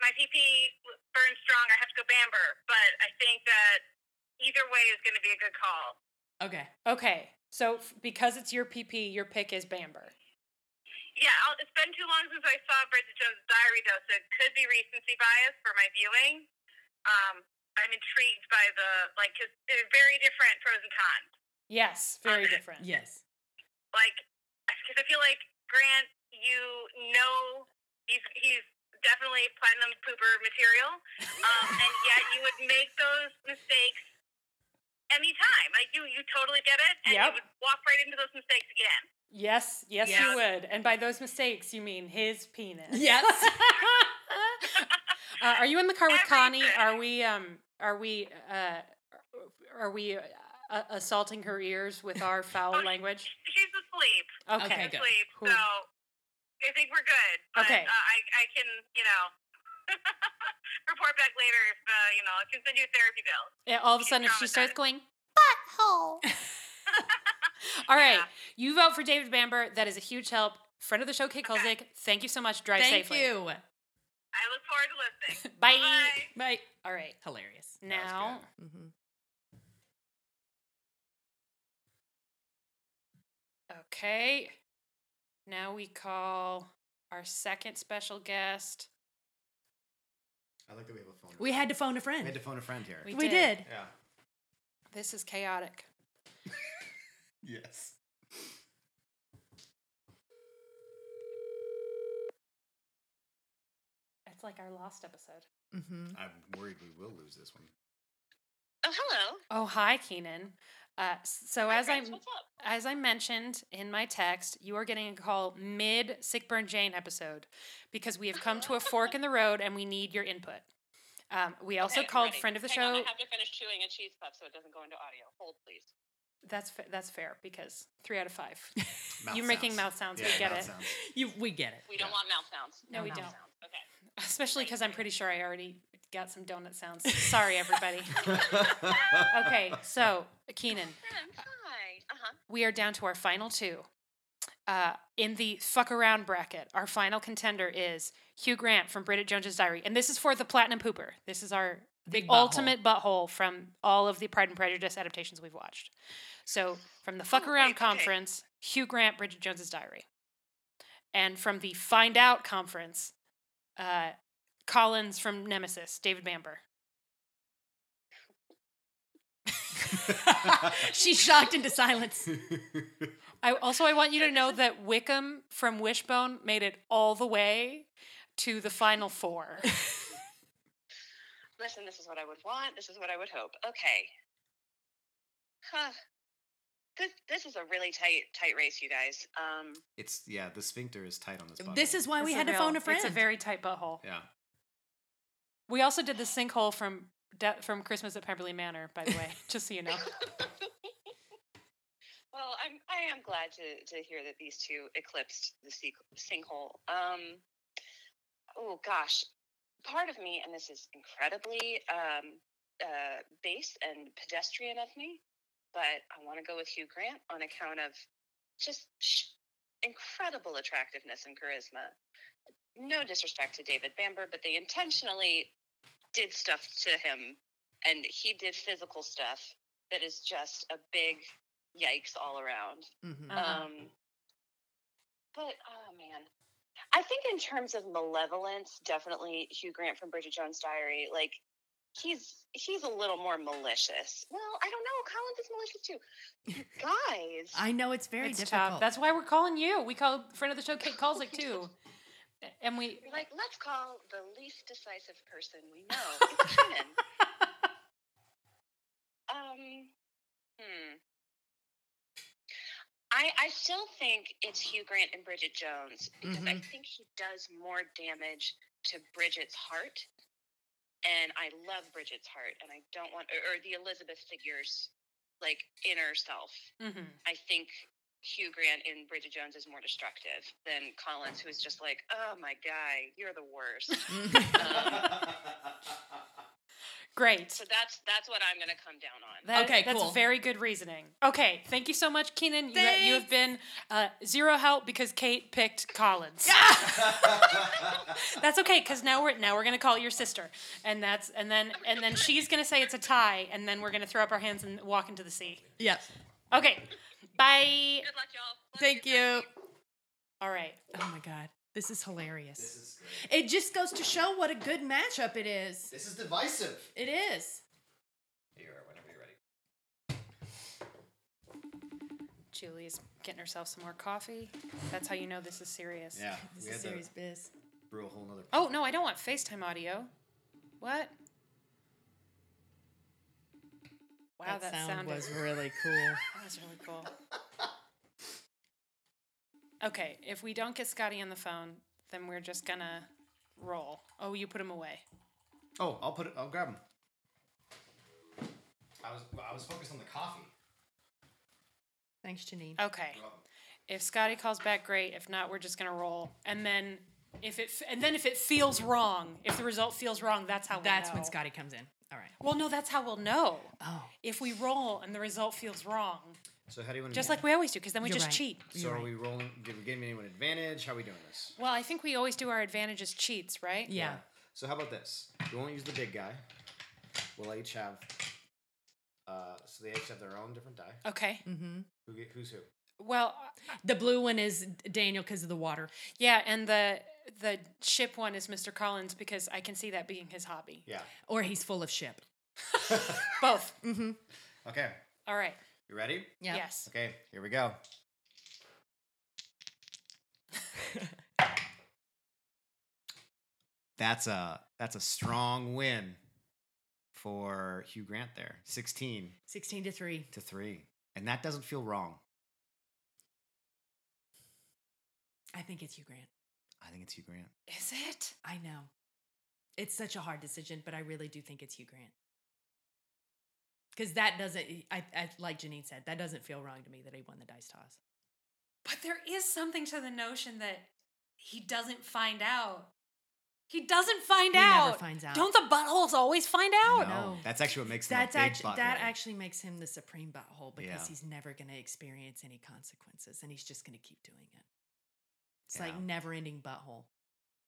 Speaker 5: my PP burns strong. I have to go Bamber, but I think that either way is going to be a good call.
Speaker 1: Okay.
Speaker 2: Okay, so f- because it's your PP, your pick is Bamber.
Speaker 5: Yeah, I'll, it's been too long since I saw Bridget Jones' Diary, though, so it could be recency bias for my viewing. Um, I'm intrigued by the like, cause they're very different pros and cons.
Speaker 2: Yes, very
Speaker 5: Okay.
Speaker 2: different.
Speaker 1: Yes.
Speaker 5: Like, because I feel like Grant, you know, he's he's definitely platinum pooper material, um, and yet you would make those mistakes anytime. Like you, you totally get it, and
Speaker 2: Yep.
Speaker 5: you would walk right into those mistakes again.
Speaker 2: Yes, yes,
Speaker 5: Yeah.
Speaker 2: you would. And by those mistakes, you mean his penis.
Speaker 1: Yes.
Speaker 2: uh, are you in the car with Connie?
Speaker 5: Everything.
Speaker 2: Are we? Um. Are we? Uh. Are we uh, uh, assaulting her ears with our foul
Speaker 5: Oh,
Speaker 2: language?
Speaker 5: She's asleep.
Speaker 2: Okay.
Speaker 1: Okay,
Speaker 5: She's
Speaker 1: good.
Speaker 5: asleep.
Speaker 2: Cool.
Speaker 5: So I think we're good. But,
Speaker 2: Okay.
Speaker 5: Uh, I I can you know report back later if uh, you know I can send you a therapy bill.
Speaker 2: Yeah, all of a sudden, if she starts going butthole. all right,
Speaker 5: Yeah.
Speaker 2: you vote for David Bamber. That is a huge help. Friend of the show, Kate Kulzik. Thank you so much. Drive
Speaker 1: Thank
Speaker 2: safely.
Speaker 1: you.
Speaker 5: I look forward to listening.
Speaker 2: Bye.
Speaker 5: Bye.
Speaker 1: Bye.
Speaker 2: All right.
Speaker 1: Hilarious.
Speaker 4: That was
Speaker 2: Now,
Speaker 4: good.
Speaker 1: Mm-hmm.
Speaker 2: Okay. Now we call our second special guest.
Speaker 4: I like that we have a phone.
Speaker 1: We had to phone a
Speaker 4: We
Speaker 1: friend.
Speaker 4: had to phone a friend here.
Speaker 2: We
Speaker 1: We
Speaker 2: did.
Speaker 1: did.
Speaker 4: yeah.
Speaker 2: This is chaotic.
Speaker 4: Yes.
Speaker 2: It's like our last episode.
Speaker 1: Mm-hmm.
Speaker 4: I'm worried we will lose this one.
Speaker 5: Oh hello.
Speaker 2: Oh, hi, Keenan. Uh, s- so as I
Speaker 5: up?
Speaker 2: as I mentioned in my text, you are getting a call mid Sick Burn Jane episode because we have come to a fork in the road and we need your input. Um, we also called friend of the show.
Speaker 5: to finish chewing a cheese puff so it doesn't go into audio. Hold please.
Speaker 2: That's fa- that's fair because three out of five.
Speaker 4: Mouth
Speaker 2: You're making
Speaker 4: sounds.
Speaker 2: mouth sounds.
Speaker 4: Yeah,
Speaker 2: we get
Speaker 4: mouth
Speaker 2: it.
Speaker 4: sounds.
Speaker 1: You, we get it.
Speaker 5: We
Speaker 4: don't Yeah.
Speaker 5: want mouth sounds.
Speaker 2: No, No we mouth don't.
Speaker 5: Okay.
Speaker 2: Especially because I'm pretty sure I already got some donut sounds. Sorry, everybody. okay, so Keenan,
Speaker 5: I'm fine. Uh huh.
Speaker 2: we are down to our final two. Uh, in the fuck around bracket, our final contender is Hugh Grant from Bridget Jones's Diary, and this is for the Platinum Pooper. This is our
Speaker 1: Big butthole.
Speaker 2: ultimate butthole from all of the Pride and Prejudice adaptations we've watched. So from the fuck
Speaker 5: Ooh,
Speaker 2: around
Speaker 5: wait, okay.
Speaker 2: conference, Hugh Grant, Bridget Jones's Diary, and from the find out conference, uh, Collins from Nemesis, David Bamber.
Speaker 1: She's shocked into silence.
Speaker 2: I also I want you to know that Wickham from Wishbone made it all the way to the final four.
Speaker 5: Listen, this is what I would want. This is what I would hope. Okay. Huh. This this is a really tight tight race, you guys. Um.
Speaker 4: it's yeah. The sphincter is tight on this. Button.
Speaker 1: This is why we
Speaker 2: It's
Speaker 1: had to
Speaker 2: real-
Speaker 1: phone a friend.
Speaker 2: It's a very tight butthole.
Speaker 4: yeah.
Speaker 2: We also did the sinkhole from De- from Christmas at Pemberley Manor, by the way, just so you know.
Speaker 5: well, I'm I am glad to to hear that these two eclipsed the sequ- sinkhole. Um, oh gosh, part of me, and this is incredibly um, uh, base and pedestrian of me, but I want to go with Hugh Grant on account of just sh- incredible attractiveness and charisma. No disrespect to David Bamber, but they intentionally did stuff to him, and he did physical stuff that is just a big yikes all around.
Speaker 1: Mhm.
Speaker 2: Uh-huh.
Speaker 5: Um, but oh man, I think in terms of malevolence, definitely Hugh Grant from Bridget Jones' Diary, like he's he's a little more malicious. Well, I don't know. Collins is malicious too. Guys,
Speaker 1: I know it's very
Speaker 2: it's
Speaker 1: difficult.
Speaker 2: tough. That's why we're calling you. We call friend of the show Kate Kalsick too. And we
Speaker 5: like let's call the least decisive person we know. It's Kenan. um, hmm. I I still think it's Hugh Grant and Bridget Jones because I think he does more damage to Bridget's heart, and I love Bridget's heart, and I don't want or, or the Elizabeth figure's like inner self.
Speaker 2: mhm.
Speaker 5: I think Hugh Grant in Bridget Jones is more destructive than Collins, who is just like,
Speaker 1: Mm-hmm.
Speaker 5: oh my guy, you're the worst. Um,
Speaker 2: Great.
Speaker 5: So that's that's what I'm going to come down on.
Speaker 2: That,
Speaker 1: Okay,
Speaker 2: that's
Speaker 1: cool.
Speaker 2: very good reasoning. Okay, thank you so much, Keenan. You, you have been uh, zero help because Kate picked Collins. that's okay, because now we're now we're gonna call your sister, and that's and then and then she's gonna say it's a tie, and then we're gonna throw up our hands and walk into the sea.
Speaker 1: Yep.
Speaker 2: Okay, bye.
Speaker 5: Good luck, y'all. Love
Speaker 1: Thank you.
Speaker 2: All right.
Speaker 1: Oh my god, this is hilarious. This is It just goes to show what a good matchup it is.
Speaker 4: This is divisive.
Speaker 1: It is.
Speaker 4: Here, whenever you're ready.
Speaker 2: Julie's getting herself some more coffee. That's how you know this is serious.
Speaker 4: Yeah,
Speaker 1: This
Speaker 4: we
Speaker 1: is
Speaker 4: had to
Speaker 1: serious biz.
Speaker 4: brew a whole nother.
Speaker 2: Oh no, I don't want FaceTime audio. What? Wow, that,
Speaker 1: that, sound
Speaker 2: sounded
Speaker 1: was really cool.
Speaker 2: that was really cool. okay, if we don't get Scotty on the phone, then we're just gonna roll. Oh, you put him away.
Speaker 4: Oh, I'll put it. I'll grab them. I was I was focused on the coffee.
Speaker 1: Thanks, Janine.
Speaker 2: Okay. If Scotty calls back, great. If not, we're just gonna roll. And then if it f- and then if it feels wrong, if the result feels wrong, that's how. We'll
Speaker 1: That's when
Speaker 2: know.
Speaker 1: Scotty comes in. All right.
Speaker 2: Well, no, that's how we'll know.
Speaker 1: Oh,
Speaker 2: If we roll and the result feels wrong,
Speaker 4: So how do you want to?
Speaker 2: just like we always do, because then we
Speaker 1: You're
Speaker 2: just
Speaker 1: right.
Speaker 2: cheat.
Speaker 4: So are we rolling? Did we give anyone advantage? How are we doing this?
Speaker 2: Well, I think we always do our advantage as cheats, right?
Speaker 1: yeah.
Speaker 4: So how about this? We won't use the big guy. We'll each have. Uh, so they each have their own different die.
Speaker 2: Okay.
Speaker 1: Mm-hmm.
Speaker 4: Who get, who's who?
Speaker 2: Well,
Speaker 1: The blue one is Daniel because of the water.
Speaker 2: yeah, and the the ship one is Mr. Collins because I can see that being his hobby.
Speaker 4: Yeah.
Speaker 1: Or he's full of shit.
Speaker 2: Both.
Speaker 1: Mm-hmm.
Speaker 4: Okay.
Speaker 2: All right.
Speaker 4: You ready?
Speaker 1: Yeah.
Speaker 2: Yes.
Speaker 4: Okay. Here we go. that's a that's a strong win for Hugh Grant there. Sixteen
Speaker 1: 16 to 3.
Speaker 4: to three, and that doesn't feel wrong.
Speaker 1: I think it's you, Grant.
Speaker 4: I think it's Hugh Grant.
Speaker 2: Is it?
Speaker 1: I know. It's such a hard decision, but I really do think it's Hugh Grant. Because that doesn't, I, I, like Janine said, that doesn't feel wrong to me that he won the dice toss.
Speaker 2: But there is something to the notion that he doesn't find out. He doesn't find
Speaker 1: He
Speaker 2: out.
Speaker 1: never finds out.
Speaker 2: Don't the buttholes always find out?
Speaker 1: No.
Speaker 4: that's actually what makes them
Speaker 1: That's
Speaker 4: a big
Speaker 1: actually,
Speaker 4: butthole.
Speaker 1: that actually makes him the supreme butthole because
Speaker 4: Yeah.
Speaker 1: he's never going to experience any consequences and he's just going to keep doing it. It's
Speaker 4: Yeah.
Speaker 1: like never ending butthole.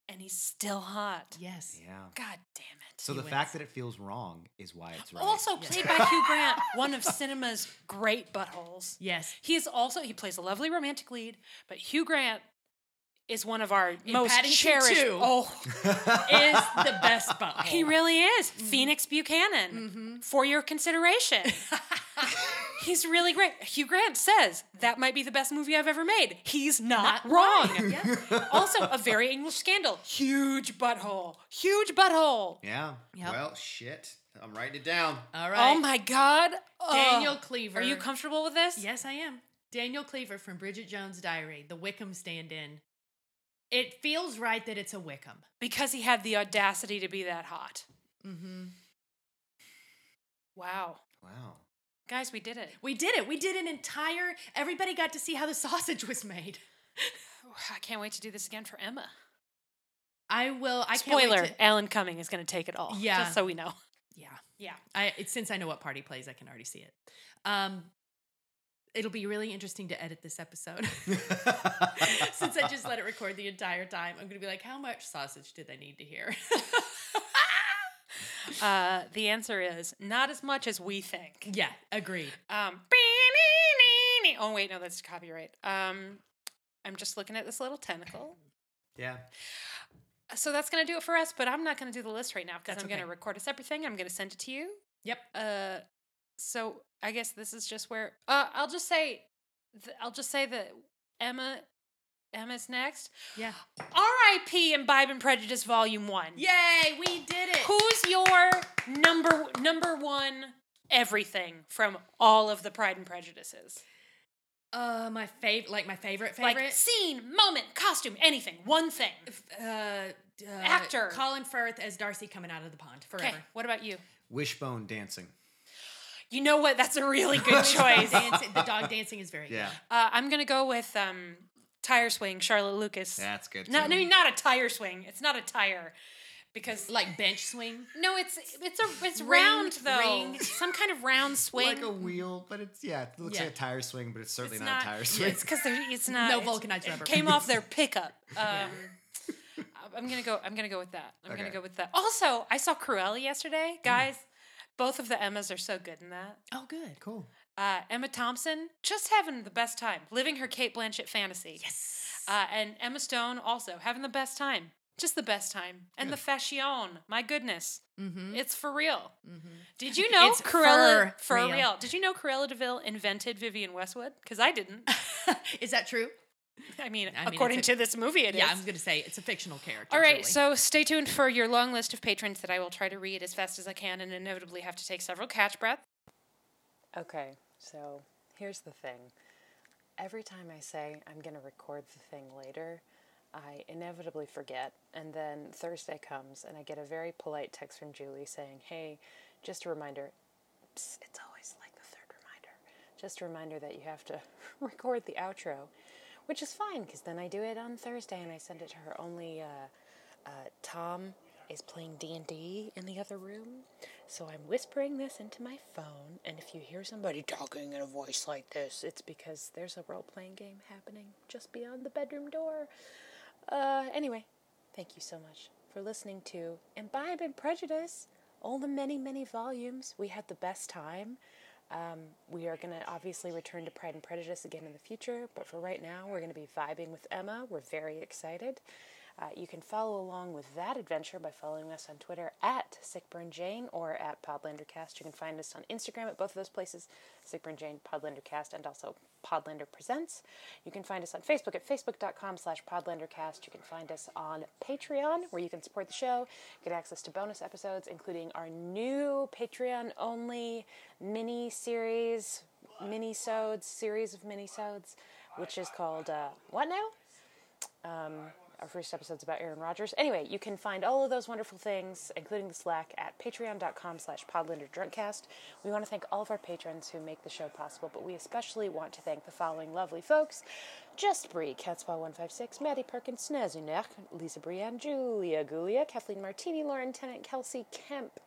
Speaker 2: And he's still hot.
Speaker 1: Yes.
Speaker 4: Yeah.
Speaker 2: God damn it.
Speaker 4: So
Speaker 1: He
Speaker 4: the
Speaker 1: wins.
Speaker 4: fact that it feels wrong is why it's right.
Speaker 2: Also
Speaker 1: Yes.
Speaker 2: played by Hugh Grant, one of cinema's great buttholes.
Speaker 1: Yes.
Speaker 2: He is also he plays a lovely romantic lead, but Hugh Grant is one of our most
Speaker 1: Paddington
Speaker 2: cherished.
Speaker 1: 2.
Speaker 2: Oh,
Speaker 1: Is the best butthole.
Speaker 2: he really is
Speaker 1: Mm-hmm.
Speaker 2: Phoenix Buchanan for your consideration. He's really great. Hugh Grant says that might be the best movie I've ever made. He's not, wrong.
Speaker 1: yeah.
Speaker 2: also, a very English scandal. Huge butthole. Huge butthole.
Speaker 4: yeah.
Speaker 1: Yep. Uh,
Speaker 4: Well, shit. I'm writing it down.
Speaker 1: All right.
Speaker 2: Oh my God. Ugh.
Speaker 1: Daniel Cleaver.
Speaker 2: Are you comfortable with this?
Speaker 1: Yes, I am. Daniel Cleaver from Bridget Jones' Diary, The Wickham Stand In. It feels right that it's a Wickham.
Speaker 2: Because he had the audacity to be that hot.
Speaker 1: Mm-hmm.
Speaker 2: Wow.
Speaker 4: Wow.
Speaker 2: Guys, we did it.
Speaker 1: We did it. We did an entire, everybody got to see how the sausage was made.
Speaker 2: I can't wait to do this again for Emma.
Speaker 1: I will, I can't.
Speaker 2: Spoiler:
Speaker 1: wait to-
Speaker 2: Alan Cumming is going to take it all.
Speaker 1: Yeah.
Speaker 2: just so we know.
Speaker 1: yeah.
Speaker 2: Yeah.
Speaker 1: I, it, since I know what party plays, I can already see it. Um, it'll be really interesting to edit this episode. since I just let it record the entire time, I'm going to be like, how much sausage did I need to hear?
Speaker 2: Uh, the answer is not as much as we think.
Speaker 1: yeah, agreed.
Speaker 2: Um, oh wait, no, that's copyright. Um, I'm just looking at this little tentacle.
Speaker 4: Yeah.
Speaker 2: So that's going to do it for us. But I'm not going to do the list right now because
Speaker 1: That's
Speaker 2: I'm going
Speaker 1: okay.
Speaker 2: to record a separate thing. I'm going to send it to you.
Speaker 1: Yep.
Speaker 2: Uh, so I guess this is just where. Uh, I'll just say, th- I'll just say that Emma, Emma's next.
Speaker 1: Yeah.
Speaker 2: R.I.P. Imbibe and Prejudice Volume One.
Speaker 1: Yay, we did it.
Speaker 2: Who's your number number one everything from all of the Pride and Prejudices?
Speaker 1: Uh, my favorite, like my favorite
Speaker 2: Like
Speaker 1: favorite
Speaker 2: scene, moment, costume, anything, one thing.
Speaker 1: uh, d- uh,
Speaker 2: Actor.
Speaker 1: Colin Firth as Darcy coming out of the pond
Speaker 2: Okay,
Speaker 1: forever.
Speaker 2: what about you?
Speaker 4: Wishbone dancing.
Speaker 2: You know what? That's a really good choice. uh,
Speaker 1: Dancing, the dog dancing is very
Speaker 4: Yeah.
Speaker 2: I'm gonna go with um, tire swing, Charlotte Lucas.
Speaker 4: That's good.
Speaker 2: No, I
Speaker 4: too.
Speaker 2: mean not a tire swing. It's not a tire. because
Speaker 1: Like bench swing.
Speaker 2: no, it's it's a it's
Speaker 1: Ring,
Speaker 2: round though,
Speaker 1: ring.
Speaker 2: some kind of round swing.
Speaker 4: Like a wheel, but it's yeah, it looks
Speaker 1: Yeah.
Speaker 4: like a tire swing, but it's certainly
Speaker 2: It's
Speaker 4: not, a tire swing.
Speaker 2: It's because it's not
Speaker 1: No
Speaker 2: it's-
Speaker 1: vulcanized
Speaker 2: it
Speaker 1: rubber.
Speaker 2: Came off their pickup. Um, I'm gonna go. I'm gonna go with that. I'm gonna
Speaker 4: Okay.
Speaker 2: go with that. Also, I saw Cruella yesterday,
Speaker 1: Mm.
Speaker 2: guys. Both of the Emmas are so good in that.
Speaker 1: Oh, good.
Speaker 4: cool.
Speaker 2: Uh, Emma Thompson just having the best time, living her Kate Blanchett fantasy.
Speaker 1: Yes.
Speaker 2: Uh, and Emma Stone also having the best time, just the best time. And the fashion, my goodness,
Speaker 1: mm-hmm.
Speaker 2: it's for real.
Speaker 1: mm-hmm.
Speaker 2: Did you know
Speaker 1: It's
Speaker 2: Cruella
Speaker 1: for
Speaker 2: for
Speaker 1: real.
Speaker 2: real? Did you know Cruella Deville invented Vivian Westwood? Because I didn't.
Speaker 1: is that true?
Speaker 2: I mean,
Speaker 1: I mean, it's
Speaker 2: according
Speaker 1: a-
Speaker 2: to this movie, it is.
Speaker 1: yeah, I'm going to say it's a fictional character.
Speaker 2: All right,
Speaker 1: truly.
Speaker 2: so stay tuned for your long list of patrons that I will try to read as fast as I can and inevitably have to take several catch breaths.
Speaker 6: Okay, so here's the thing. Every time I say I'm going to record the thing later, I inevitably forget. And then Thursday comes and I get a very polite text from Julie saying, Hey, just a reminder. Psst, it's always like the third reminder. Just a reminder that you have to record the outro, which is fine because then I do it on Thursday and I send it to her only. Uh, uh, Tom is playing D&D in the other room, so I'm whispering this into my phone, and if you hear somebody talking in a voice like this, it's because there's a role-playing game happening just beyond the bedroom door. Uh, anyway, thank you so much for listening to Imbibe and Prejudice, all the many, many volumes. We had the best time. Um, we are going to obviously return to Pride and Prejudice again in the future, but for right now, we're going to be vibing with Emma. We're very excited. Uh, you can follow along with that adventure by following us on Twitter at SickburnJane or at PodlanderCast. You can find us on Instagram at both of those places, SickburnJane, PodlanderCast, and also Podlander Presents. You can find us on Facebook at facebook.com slash podlandercast. You can find us on Patreon, where you can support the show, get access to bonus episodes, including our new Patreon-only mini-series, mini-sodes, series of mini-sodes, which is called, uh, what now? our first episode's about Aaron Rodgers. Anyway, you can find all of those wonderful things, including the Slack, at patreon.com slash podlanderdrunkcast. We want to thank all of our patrons who make the show possible, but we especially want to thank the following lovely folks. Just Bree, Catspaw156, Maddie Perkins, Snazunek, Lisa Brienne, Julia Gulia, Kathleen Martini, Lauren Tennant, Kelsey Kemp,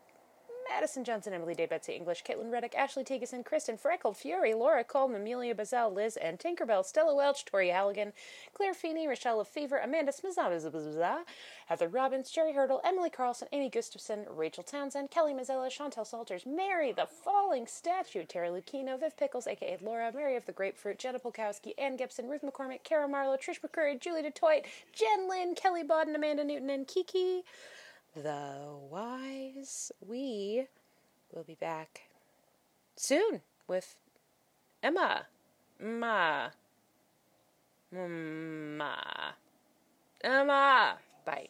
Speaker 6: Madison Johnson, Emily Day, Betsy English, Caitlin Reddick, Ashley Tegeson, Kristen Freckled, Fury, Laura Coleman, Amelia Bazell, Liz, and Tinkerbell, Stella Welch, Tori Halligan, Claire Feeney, Rochelle Lefevre, Amanda Smizabazabazabazah, Heather Robbins, Jerry Hurdle, Emily Carlson, Amy Gustafson, Rachel Townsend, Kelly Mazzella, Chantel Salters, Mary the Falling Statue, Terry Lucchino, Viv Pickles, aka Laura, Mary of the Grapefruit, Jenna Polkowski, Ann Gibson, Ruth McCormick, Kara Marlowe, Trish McCurry, Julie DeToit, Jen Lynn, Kelly Bodden, Amanda Newton, and Kiki the wise we will be back soon with emma ma ma emma bye